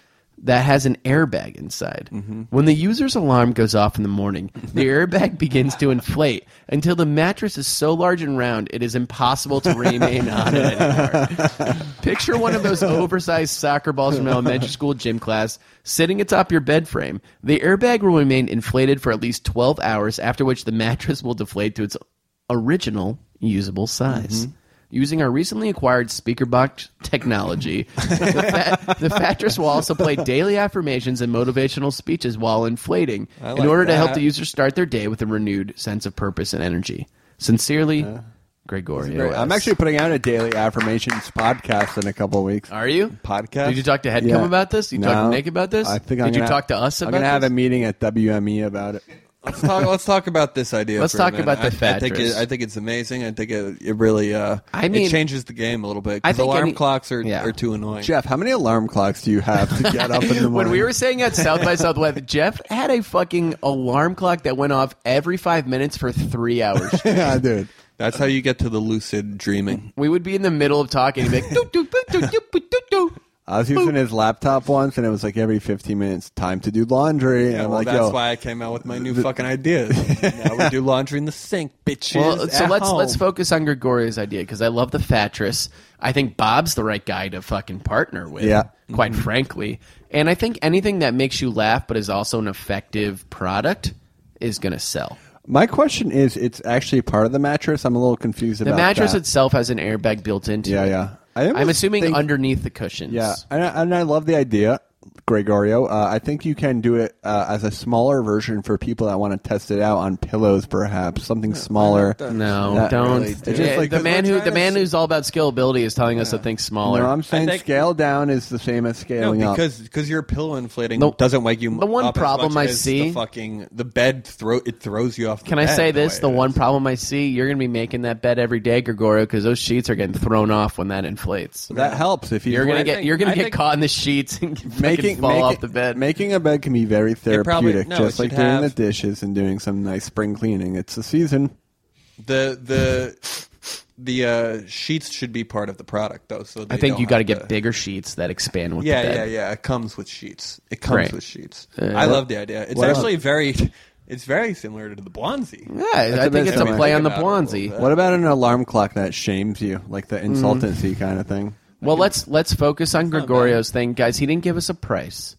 C: that has an airbag inside.
E: Mm-hmm.
C: When the user's alarm goes off in the morning, the airbag begins to inflate until the mattress is so large and round it is impossible to remain on it anymore. Picture one of those oversized soccer balls from elementary school gym class sitting atop your bed frame. The airbag will remain inflated for at least 12 hours, after which the mattress will deflate to its original usable size. Using our recently acquired speaker box technology, the, fat, the Fatress will also play daily affirmations and motivational speeches while inflating in
E: like
C: order to help
E: that.
C: the user start their day with a renewed sense of purpose and energy. Sincerely, Gregorio.
D: I'm
C: S.
D: actually putting out a daily affirmations podcast in a couple of weeks.
C: Are you
E: Podcast?
C: Did you talk to Headcom
D: Yeah.
C: about this? You
D: No.
C: talked to Nick about this?
D: I
C: Did
D: think I'm
C: you
D: gonna-
C: talk to us about
D: I'm gonna have
C: this?
D: a meeting at WME about it.
E: let's talk. Let's talk about this idea.
C: Let's
E: for a
C: talk
E: minute.
C: about the
E: I- I, think
C: Fatress.
E: it, I think it's amazing. I think it, it really. Uh,
C: I mean-
E: it changes the game a little bit. 'cause
C: I think
E: alarm
C: any-
E: clocks are,
C: Yeah.
E: are too annoying.
D: Jeff, how many alarm clocks do you have to get up in the morning?
C: when we were staying at South by Southwest, Jeff had a fucking alarm clock that went off every five minutes for three hours.
D: yeah, dude.
E: That's how you get to the lucid dreaming.
C: we would be in the middle of talking and be like, doop, doop, doop, doop, doop, doop, doop, doop.
D: I was using his laptop once, and it was like every 15 minutes, time to do laundry. and
E: Yeah,
D: I'm
E: well,
D: like,
E: that's
D: yo,
E: why I came out with my new fucking ideas. now we do laundry in the sink, bitches.
C: Well, so
E: at
C: let's
E: home.
C: let's focus on Gregorio's idea because I love the Fatress. I think Bob's the right guy to fucking partner with.
D: Yeah. Mm-hmm.
C: quite frankly. And I think anything that makes you laugh but is also an effective product is going to sell.
D: my question is, it's actually part of the mattress. I'm a little confused
C: The
D: about
C: mattress
D: that.
C: itself has an airbag built into
D: yeah,
C: it.
D: yeah. I
C: I'm
D: almost
C: assuming
D: think-
C: underneath the cushions.
D: Yeah, and I, and I love the idea. Gregorio. Uh, I think you can do it uh, as a smaller version for people that want to test it out on pillows, perhaps something smaller.
C: No,
D: Not
C: don't.
D: really, dude.
C: Yeah,
D: Just like-
C: the man
D: we're
C: who
D: trying
C: the
D: to
C: man
D: s-
C: who's all about scalability is telling us to think smaller.
D: No, I'm saying
E: I think-
D: scale down is the same as
E: No,
D: scaling up.
E: because because your pillow inflating
C: The-
E: doesn't wake you.
C: the one
E: up as
C: problem
E: much
C: I
E: as
C: see-
E: the fucking the bed throw it throws you off. The
C: Can I
E: bed
C: say this?
E: way
C: The
E: it
C: one
E: is.
C: problem I see, you're going to be making that bed every day, Gregorio, because those sheets are getting thrown off when that inflates.
D: That helps if you
C: You're gonna
E: I
C: get
E: think-
C: you're gonna
E: I
C: get
E: think-
C: caught in the sheets and fucking
D: making
C: fall
D: making-
C: off the bed.
D: Making a bed can be very
E: probably-
D: therapeutic,
E: no,
D: just
E: it
D: like
E: should
D: doing the
E: have-
D: dishes and doing some nice spring cleaning. It's the season.
E: the the the uh, sheets should be part of the product though. So
C: I
E: they
C: think
E: don't
C: you got to
E: have
C: get bigger sheets that expand with
E: Yeah,
C: the
E: yeah,
C: bed.
E: yeah. It comes with sheets. It comes
C: Right.
E: with sheets.
C: Yeah.
E: I love the idea. It's
D: Uh, What else?
E: actually very. It's very similar to the Blonsey.
C: Yeah, I
D: the
C: think
D: best
C: it's a
D: thing I
C: play
E: think
C: on the
E: about it a little
C: Blonsey.
E: bit.
D: What about an alarm clock that shames you, like the
E: Mm.
D: insultancy kind of thing?
C: Well, let's let's focus on Gregorio's thing, guys. He didn't give us a price.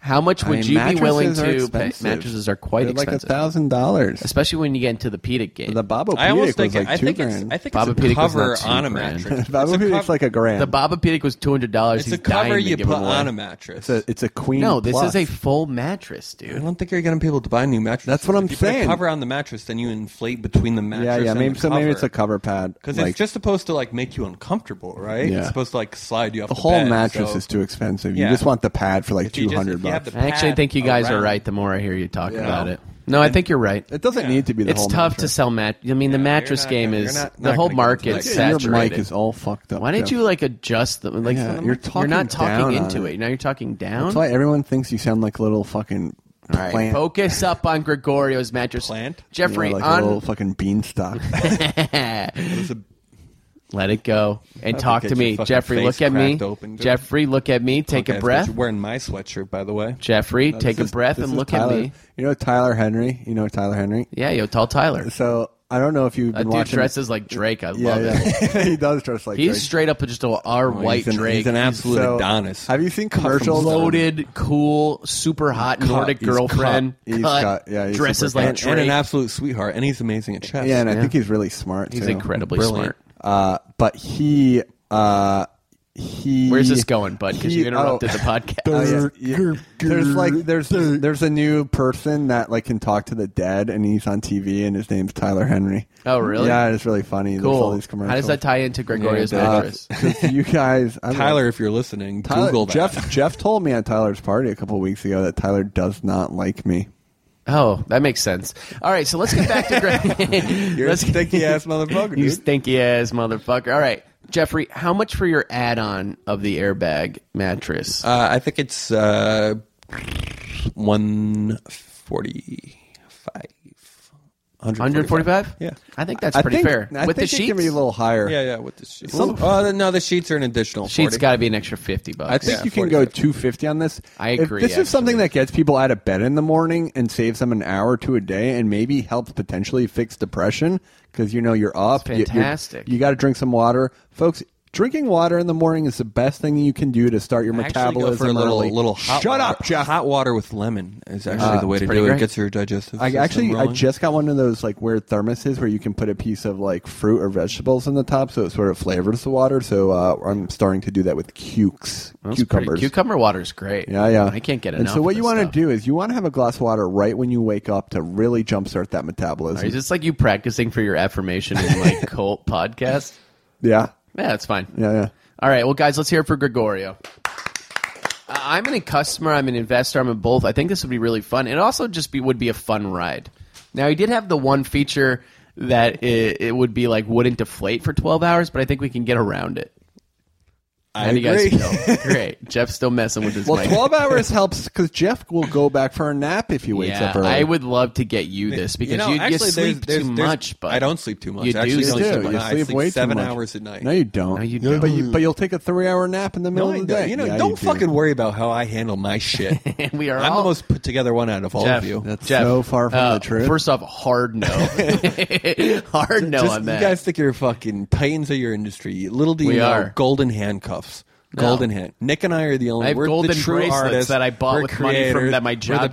C: How much would
D: mean,
C: you be willing
D: mattresses are
C: to pay?
D: expensive.
C: Mattresses are quite
D: They're like a
C: expensive,
D: thousand dollars.
C: especially when you get into the pedic game.
D: The Bobo
E: I almost think.
D: was like
E: it- I
D: two
E: think it's.
D: grand.
E: I think
C: Baba
E: it's a
C: Pedic was
E: cover
C: not two
E: on a
C: grand.
E: mattress.
D: Bobo
E: it's a
D: Pedic's
E: cov-
D: like a grand.
C: the Baba Pedic was two hundred dollars.
E: It's
C: He's
E: a cover
C: dying to
E: you
C: give
E: put
C: him away.
E: on a
D: it's,
E: mattress.
D: a, it's a queen.
C: No, this
D: plus.
C: is a full mattress, dude.
E: I don't think you're getting people to buy new mattresses.
D: That's what I'm
E: if you Put
D: saying.
E: a cover on the mattress, then you inflate between the mattress.
D: yeah, yeah.
E: and
D: Maybe
E: the
D: so. Maybe
E: cover.
D: it's a cover pad.
E: because
D: like,
E: it's just supposed to like make you uncomfortable, right?
D: Yeah.
E: It's supposed to like slide you off
D: the
E: the,
D: whole
E: bed,
D: mattress
E: so-
D: is too expensive. You
E: Yeah.
D: just want the pad for like
E: If you
D: two
E: just-
D: hundred
E: if you have
D: bucks.
E: the
C: I actually
E: pad
C: think you guys are
E: around.
C: right. The more I hear you talk
D: Yeah.
C: about it, no, I think you're right.
D: it doesn't need to be the
C: it's
D: whole.
C: tough
D: mattress.
C: to sell mat. I mean, the
E: Yeah,
C: mattress
E: you're not
C: game
E: gonna-
C: is
E: you're not-
C: the
E: not
C: whole
E: gonna get
C: market
E: into
D: Yeah,
E: it.
C: saturated.
D: Your mic is all fucked up.
C: Why didn't
D: Jeff.
C: you like adjust the like?
D: Yeah,
C: the-
D: you're
C: you're
D: talking
C: not talking
D: down on
C: into
D: it.
C: it. Now you're talking down.
D: That's why everyone thinks you sound like a little fucking
C: All right,
D: plant.
C: focus up on Gregorio's mattress.
E: Plant?
D: You know,
C: Jeffrey,
D: like
C: on
D: a little fucking beanstalk.
C: let it go and talk
E: get
C: to
E: your
C: me.
E: fucking
C: Jeffrey,
E: face
C: look at me.
E: cracked open, dude.
C: Jeffrey, look at me. Take
E: Okay,
C: a
E: but
C: breath.
E: You're wearing my sweatshirt, by the way.
C: Jeffrey,
D: No,
C: take a
D: Uh, this is-
C: breath
D: this
C: and
D: is
C: look
D: Tyler.
C: at me.
D: You know Tyler Henry. You know Tyler Henry.
C: Yeah, yo, tall Tyler.
D: So I don't know if you've
C: That
D: been
C: dude
D: watching.
C: dresses like Drake. I
D: yeah,
C: love it.
D: yeah. Oh, he does dress like.
C: He's
D: Drake.
C: straight up just a our white
E: an-
C: Drake.
E: he's an absolute Adonis.
D: Have you seen commercials?
C: loaded, cool, super hot Nordic
D: He's
C: girlfriend.
D: cut. He's cut. Yeah, he's
C: dresses
D: super
C: like
E: And,
C: Drake.
E: and an absolute sweetheart, and he's amazing at chess.
D: Yeah, and I
C: Yeah.
D: think he's really smart.
C: he's
D: too.
C: incredibly
E: Brilliant.
C: smart.
D: Uh, but he, uh, he.
C: Where's this going, bud? Because
D: he-
C: you interrupted
D: oh.
C: the podcast.
D: Oh, yeah. Yeah. There's like there's there's a new person that like can talk to the dead, and he's on TV, and his name's Tyler Henry.
C: Oh, really?
D: Yeah, it's really funny. There's all
C: cool.
D: these commercials.
C: How does that tie into Gregorio's
E: Yeah, it does.
C: mattress?
D: Uh, 'cause you guys, I don't know.
E: Tyler, if you're listening,
D: Tyler,
E: Google that.
D: Jeff Jeff told me at Tyler's party a couple weeks ago that Tyler does not like me.
C: Oh, that makes sense. All right, so let's get back to Greg.
E: you're a
C: let's
E: stinky ass motherfucker.
C: you
E: Dude.
C: stinky ass motherfucker. All right, Jeffrey, how much for your add-on of the airbag mattress?
E: uh, I think it's uh, one forty-five.
C: Hundred forty-five.
E: Yeah.
C: I think that's
D: I
C: pretty
D: think-
C: fair.
D: I
C: With
D: think
C: the
D: it can
C: sheets,
D: be a little higher.
E: Yeah, yeah. With the sheets. Oh no, the sheets are an additional.
C: sheets
E: 40.
C: got to be an extra fifty bucks.
D: I think
E: Yeah,
D: you can
E: 40,
D: go
E: 50.
D: 250 on this.
C: I
D: If
C: agree,
D: this is something
C: actually.
D: that gets people out of bed in the morning and saves them an hour or two a day and maybe helps potentially fix depression because you know you're up. you- you're-
C: fantastic.
D: You, got to drink some water. Folks, drinking water in the morning is the best thing you can do to start your
E: I actually go
D: metabolism
E: for a little,
D: early.
E: little hot
D: Shut
E: water.
D: up, Jeff. Uh,
E: Hot water with lemon is actually the way to
C: pretty
E: do it.
C: great.
E: It gets your digestive.
D: I
E: system
D: actually I
E: rolling.
D: just got one of those like weird thermoses where you can put a piece of like fruit or vegetables in the top so it sort of flavors the water. So uh, I'm starting to do that with cukes,
C: That's pretty-
D: cucumbers.
C: Cucumber water is great.
D: Yeah, yeah.
C: I can't get enough.
D: And so what you
C: want
D: want to do is you want to have a glass of water right when you wake up to really jumpstart that metabolism.
C: Is this like you practicing for your affirmation in my cult podcast?
D: yeah,
C: Yeah, that's fine.
D: yeah, yeah.
C: All right, well, guys, let's hear it for Gregorio. Uh, I'm a customer. I'm an investor. I'm a both. I think this would be really fun. It also just be would be a fun ride. Now, he did have the one feature that it, it would be like wouldn't deflate for 12 hours, but I think we can get around it.
E: I
C: How do you guys
E: agree.
C: feel? Great. Jeff's still messing with his
D: Well,
C: mic.
D: twelve hours helps because Jeff will go back for a nap if he wakes
C: yeah,
D: up early.
C: I would love to get you this because you, you,
E: actually, there's-
C: sleep
E: there's-
C: too
E: there's-
C: much. But
E: I don't sleep too much.
C: You
E: I actually
C: do
D: You
E: don't
C: sleep
D: do.
E: sleep
C: too
E: much.
D: You
E: I
D: sleep
E: sleep
D: way
E: seven
D: too much.
E: hours at night.
D: No, you don't. No,
C: you don't.
D: But, you, but you'll take a three-hour nap in the middle
E: No, I
D: of the
E: don't.
D: day.
E: You know,
D: Yeah,
E: don't
D: you do.
E: fucking worry about how I handle my shit.
C: We are
E: I'm
C: all-
E: the most put together one out of all
C: Jeff,
E: of you.
D: That's
C: Jeff, uh,
D: so far from the truth.
C: First off, hard no, hard no
E: Just-
C: on that.
E: You guys think you're fucking titans of your industry. Little do you
C: We
E: know,
C: are.
E: golden handcuffs. Golden hand. Nick and I are the only.
C: I have
E: we're
C: golden
E: the true
C: bracelets
E: artists.
C: that I bought
E: We're
C: with money
E: creators.
C: from that my
E: We're
C: job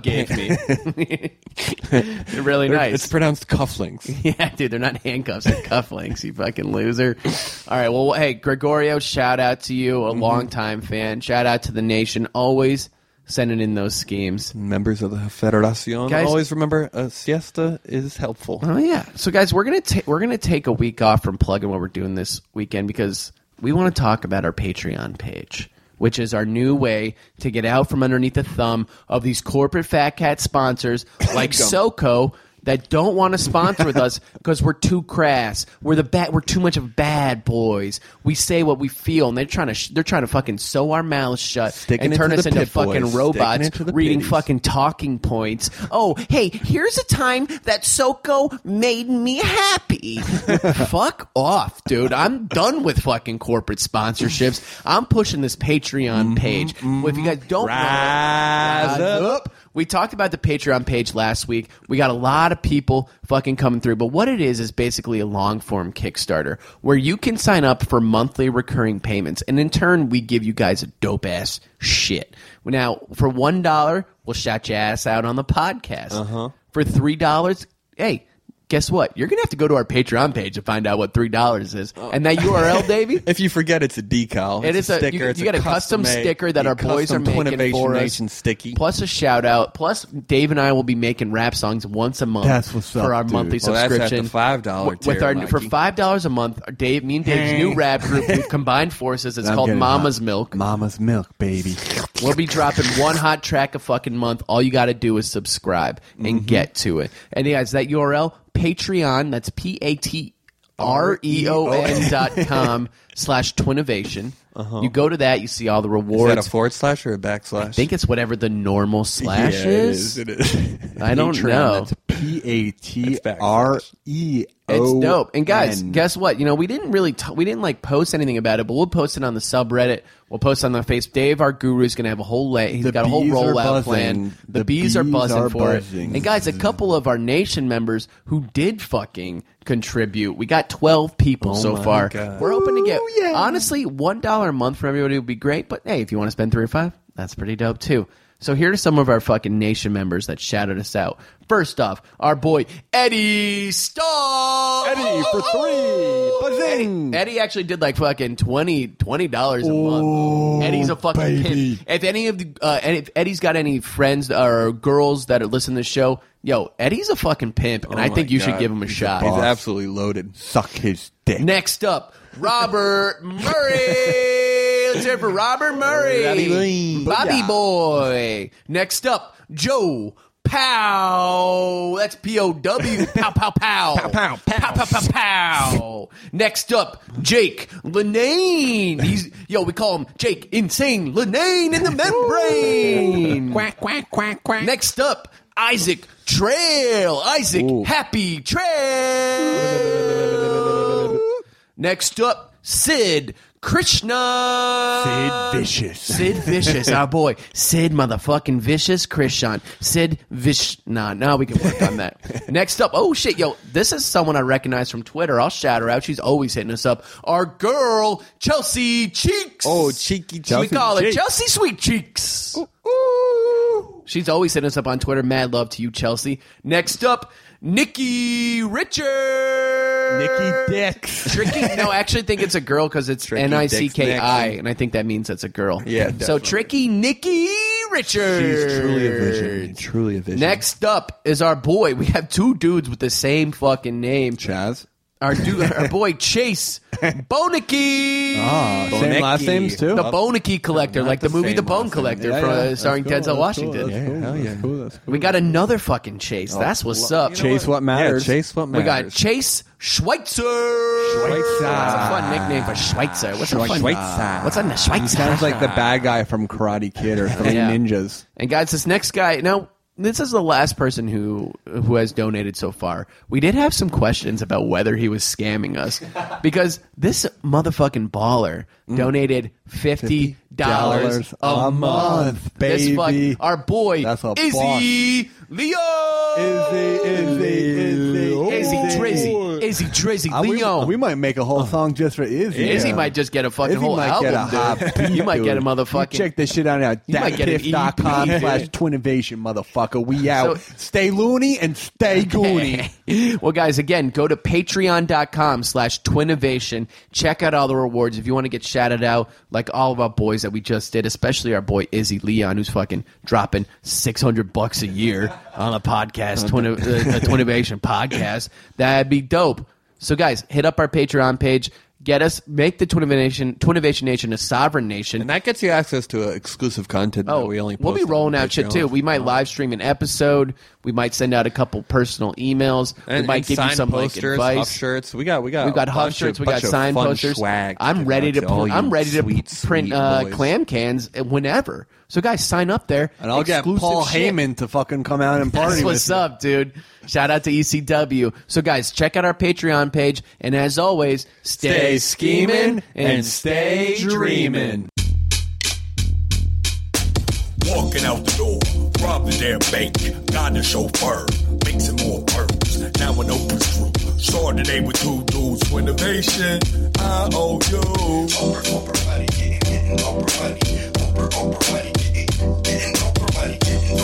C: gave
E: the-
C: me. They're really
E: They're-
C: nice.
E: It's pronounced cufflinks.
C: yeah, dude, they're not handcuffs; they're cufflinks. You fucking loser. All right,
E: Mm-hmm.
C: well, hey, Gregorio, shout out to you, a longtime fan. Shout out to the nation, always sending in those schemes.
E: Members of the Federación.
C: Guys-
E: always remember a siesta is helpful.
C: Oh yeah. So guys, we're gonna ta- we're gonna take a week off from plugging what we're doing this weekend because we want to talk about our Patreon page, which is our new way to get out from underneath the thumb of these corporate fat cat sponsors like SoCo that don't want to sponsor with us because we're too crass. We're the bad. We're too much of bad boys. We say what we feel, and they're trying to sh- they're trying to fucking sew our mouths shut
E: Sticking
C: and
E: it
C: turn
E: to
C: us
E: the
C: into
E: pit
C: fucking
E: boys. Sticking
C: robots
E: it to the
C: reading
E: pitties.
C: fucking fucking talking points. Oh, hey, here's a time that Soko made me happy. Fuck off, dude. I'm done with fucking corporate sponsorships. I'm pushing this Patreon page. Well, if you guys don't
E: Rise
C: know,
E: up.
C: we talked about the Patreon page last week. We got a lot of people fucking coming through, but what it is is basically a long form Kickstarter where you can sign up for monthly recurring payments, and in turn, we give you guys a dope ass shit. Now, for one dollar, we'll shout your ass out on the podcast. Uh-huh. For three dollars, hey. Guess what? You're gonna have to go to our Patreon page to find out what three dollars is,
E: Oh.
C: and that URL, Davey.
E: If you forget, it's a decal.
C: It
E: it's
C: is a, you,
E: it's
C: you got a custom,
E: custom-made-
C: sticker that
E: a
C: our boys are
E: custom
C: making
E: Twinnovation
C: for us.
E: Nation sticky.
C: Plus a shout out. Plus Dave and I will be making rap songs once a month
D: That's what's
C: for
D: up,
C: our
D: dude.
C: monthly
E: Well, that's at the
C: subscription.
E: $5
C: W- with
E: tier,
C: our for
E: Mikey.
C: five dollars a month. our Dave, me and Dave's new rap group. We've combined forces. It's
D: I'm
C: called
D: getting
C: Mama's
D: hot.
C: Milk.
D: Mama's milk, baby.
C: We'll be dropping one hot track a fucking month. All you got to do is subscribe and get to it. And guys, that URL Patreon. That's P A T R E O N dot com slash Twinnovation. You go to that, you see all the
E: Is
C: rewards.
E: that a forward slash or a backslash?
C: I think it's whatever the normal slash
E: Yeah,
C: is.
E: It is. It is.
C: I don't
D: Patreon,
C: know.
D: That's P A T R E O.
C: It's dope. And guys,
D: N.
C: guess what? You know, we didn't really t- we didn't like post anything about it, but we'll post it on the subreddit. We'll post it on the face. Dave, our guru, is going to have a whole lay. He's
D: The
C: got a whole
D: bees are
C: rollout
D: buzzing.
C: plan. The,
D: The
C: bees, are
D: bees
C: buzzing
D: are
C: for it.
D: buzzing.
C: And guys, a couple of our nation members who did fucking contribute. We got twelve people so
E: Oh my
C: far.
E: God.
C: We're hoping to get
D: Ooh, yeah.
C: honestly one dollar a month from everybody would be great. But hey, if you want to spend three or five, that's pretty dope too. So here are some of our fucking nation members that shouted us out. First off, our boy Eddie Starr.
D: Eddie for three. Buzzing.
C: Eddie,
E: Mm.
C: Eddie actually did like fucking 20 dollars a month. Eddie's a fucking
D: baby.
C: pimp. If any of the uh, and if Eddie's got any friends or girls that are listening to the show, yo, Eddie's a fucking pimp, and I
E: Oh my
C: think you should
E: God.
C: give him a shot.
E: He's absolutely loaded.
D: Suck his dick.
C: Next up, Robert Murray. Let's hear it for Robert Murray.
D: Bobby Boy.
C: Bobby
D: Booyah.
C: Boy. Next up, Joe Pow. That's P O W. Pow, pow, pow. Pow, pow, pow. Pow, pow, pow. Next up, Jake Lenane. He's, yo, we call him Jake Insane Lenane in the membrane.
F: Quack, quack, quack, quack.
C: Next up, Isaac Trail. Isaac Happy Trail. Next up, Sid Krishna.
D: Sid Vicious.
C: Sid Vicious, our boy. Sid motherfucking Vicious Krishan. Sid Vish. Nah, now we can work on that. Next up, oh shit, yo, this is someone I recognize from Twitter. I'll shout her out. She's always hitting us up. Our girl, Chelsea Cheeks.
E: Oh, cheeky,
C: We
E: cheeky.
C: call it
E: cheek.
C: Chelsea Sweet Cheeks. She's always hitting us up on Twitter. Mad love to you, Chelsea. Next up, Nikki Richard.
D: Nicky Dicks.
C: Tricky. No, I actually think it's a girl because it's
E: Tricky
C: N I C K I,
E: Dixon.
C: and I think that means it's a girl.
E: Yeah,
C: So
E: definitely.
C: Tricky Nikki Richard.
E: She's truly a vision. Truly a vision.
C: Next up is our boy. We have two dudes with the same fucking name.
D: Chaz.
C: Our dude, our boy Chase Bonicky.
D: Uh, Same last names too. Oh,
C: The Bonicky Collector, like the,
E: Ah, the
C: movie
E: same
C: The Bone
E: last name.
C: Collector,
D: Yeah,
C: from,
D: yeah,
C: uh,
D: that's
C: starring
D: cool,
C: Denzel
D: that's
C: Washington.
D: Cool, that's
E: Yeah, Oh,
D: cool,
E: hell
D: that's
E: yeah.
D: cool, that's cool.
C: We got another fucking Chase. That's what's up.
D: Chase what
E: Yeah,
D: matters.
E: chase what
C: We
E: matters.
C: got Chase Schweitzer.
E: Schweitzer.
C: That's a fun nickname for Schweitzer. What's a fun
E: Schweitzer.
C: What's on the
D: He
C: Schweitzer?
D: sounds like the bad guy from Karate Kid or Three
C: Yeah.
D: Ninjas.
C: And guys, this next guy. Now, this is the last person who who has donated so far. We did have some questions about whether he was scamming us because this motherfucking baller
D: Mm.
C: donated fifty dollars a month. This
D: baby.
C: fuck- our boy
D: That's a
C: Izzy Leo.
D: Izzy, Izzy, Izzy,
C: Izzy Trizzy. Izzy Crazy, crazy
D: Uh, we-
C: Leo.
D: We, might make a whole song just for Izzy.
C: Izzy
D: Yeah.
C: might just get a fucking
D: Izzy
C: whole
D: might
C: album,
D: get a
C: dude.
D: hot beat,
C: you might get a
D: dude.
C: motherfucking.
D: You check this shit out at
C: You might get an
D: datpiff.com
C: EP,
D: slash
C: dude.
D: twinnovation, motherfucker. We out.
C: So-
D: stay loony and stay goony.
C: well, guys, again, go to patreon.com slash Twinnovation. Check out all the rewards if you want to get shouted out, like all of our boys that we just did, especially our boy Izzy Leon, who's fucking dropping 600 bucks a year on a podcast, Twin, uh, the Twinnovation podcast. That'd be dope. So, guys, hit up our Patreon page. Get us, make the Twinnovation, Twinnovation Nation a sovereign nation.
E: And that gets you access to uh, exclusive content that we only post
C: will Oh, be
E: on
C: rolling out shit
E: Patreon. Oh.
C: too. We might live stream an episode. We might send out a couple personal emails.
E: and,
C: we might
E: and
C: give you
E: signed
C: some
E: posters,
C: like
E: Huff
C: advice.
E: shirts. We got we got
C: We've got
E: a
C: huff
E: bunch
C: shirts.
E: of-
C: We got
E: bunch of
C: signed
E: fun
C: posters.
E: Swag
C: I'm ready to.
E: give out all
C: Pr- I'm
E: you
C: ready to
E: sweet,
C: print
E: sweet
C: uh,
E: boys.
C: clam cans whenever. So guys, sign up there.
D: And I'll
C: Exclusive
D: get Paul
C: shit.
D: Heyman to fucking come out and party
C: That's
D: with
C: what's
D: you.
C: up, dude. Shout out to ECW. So, guys, check out our Patreon page. And as always, stay,
D: Stay scheming and stay dreaming.
B: Walking out the door, robbing their bank, got a chauffeur, mixing more pearls. Now an open screw. Chardonnay with two dudes for innovation. I owe you. Oprah, Oprah money, getting, getting Oprah money. Oprah, Oprah money, getting, getting Oprah money, getting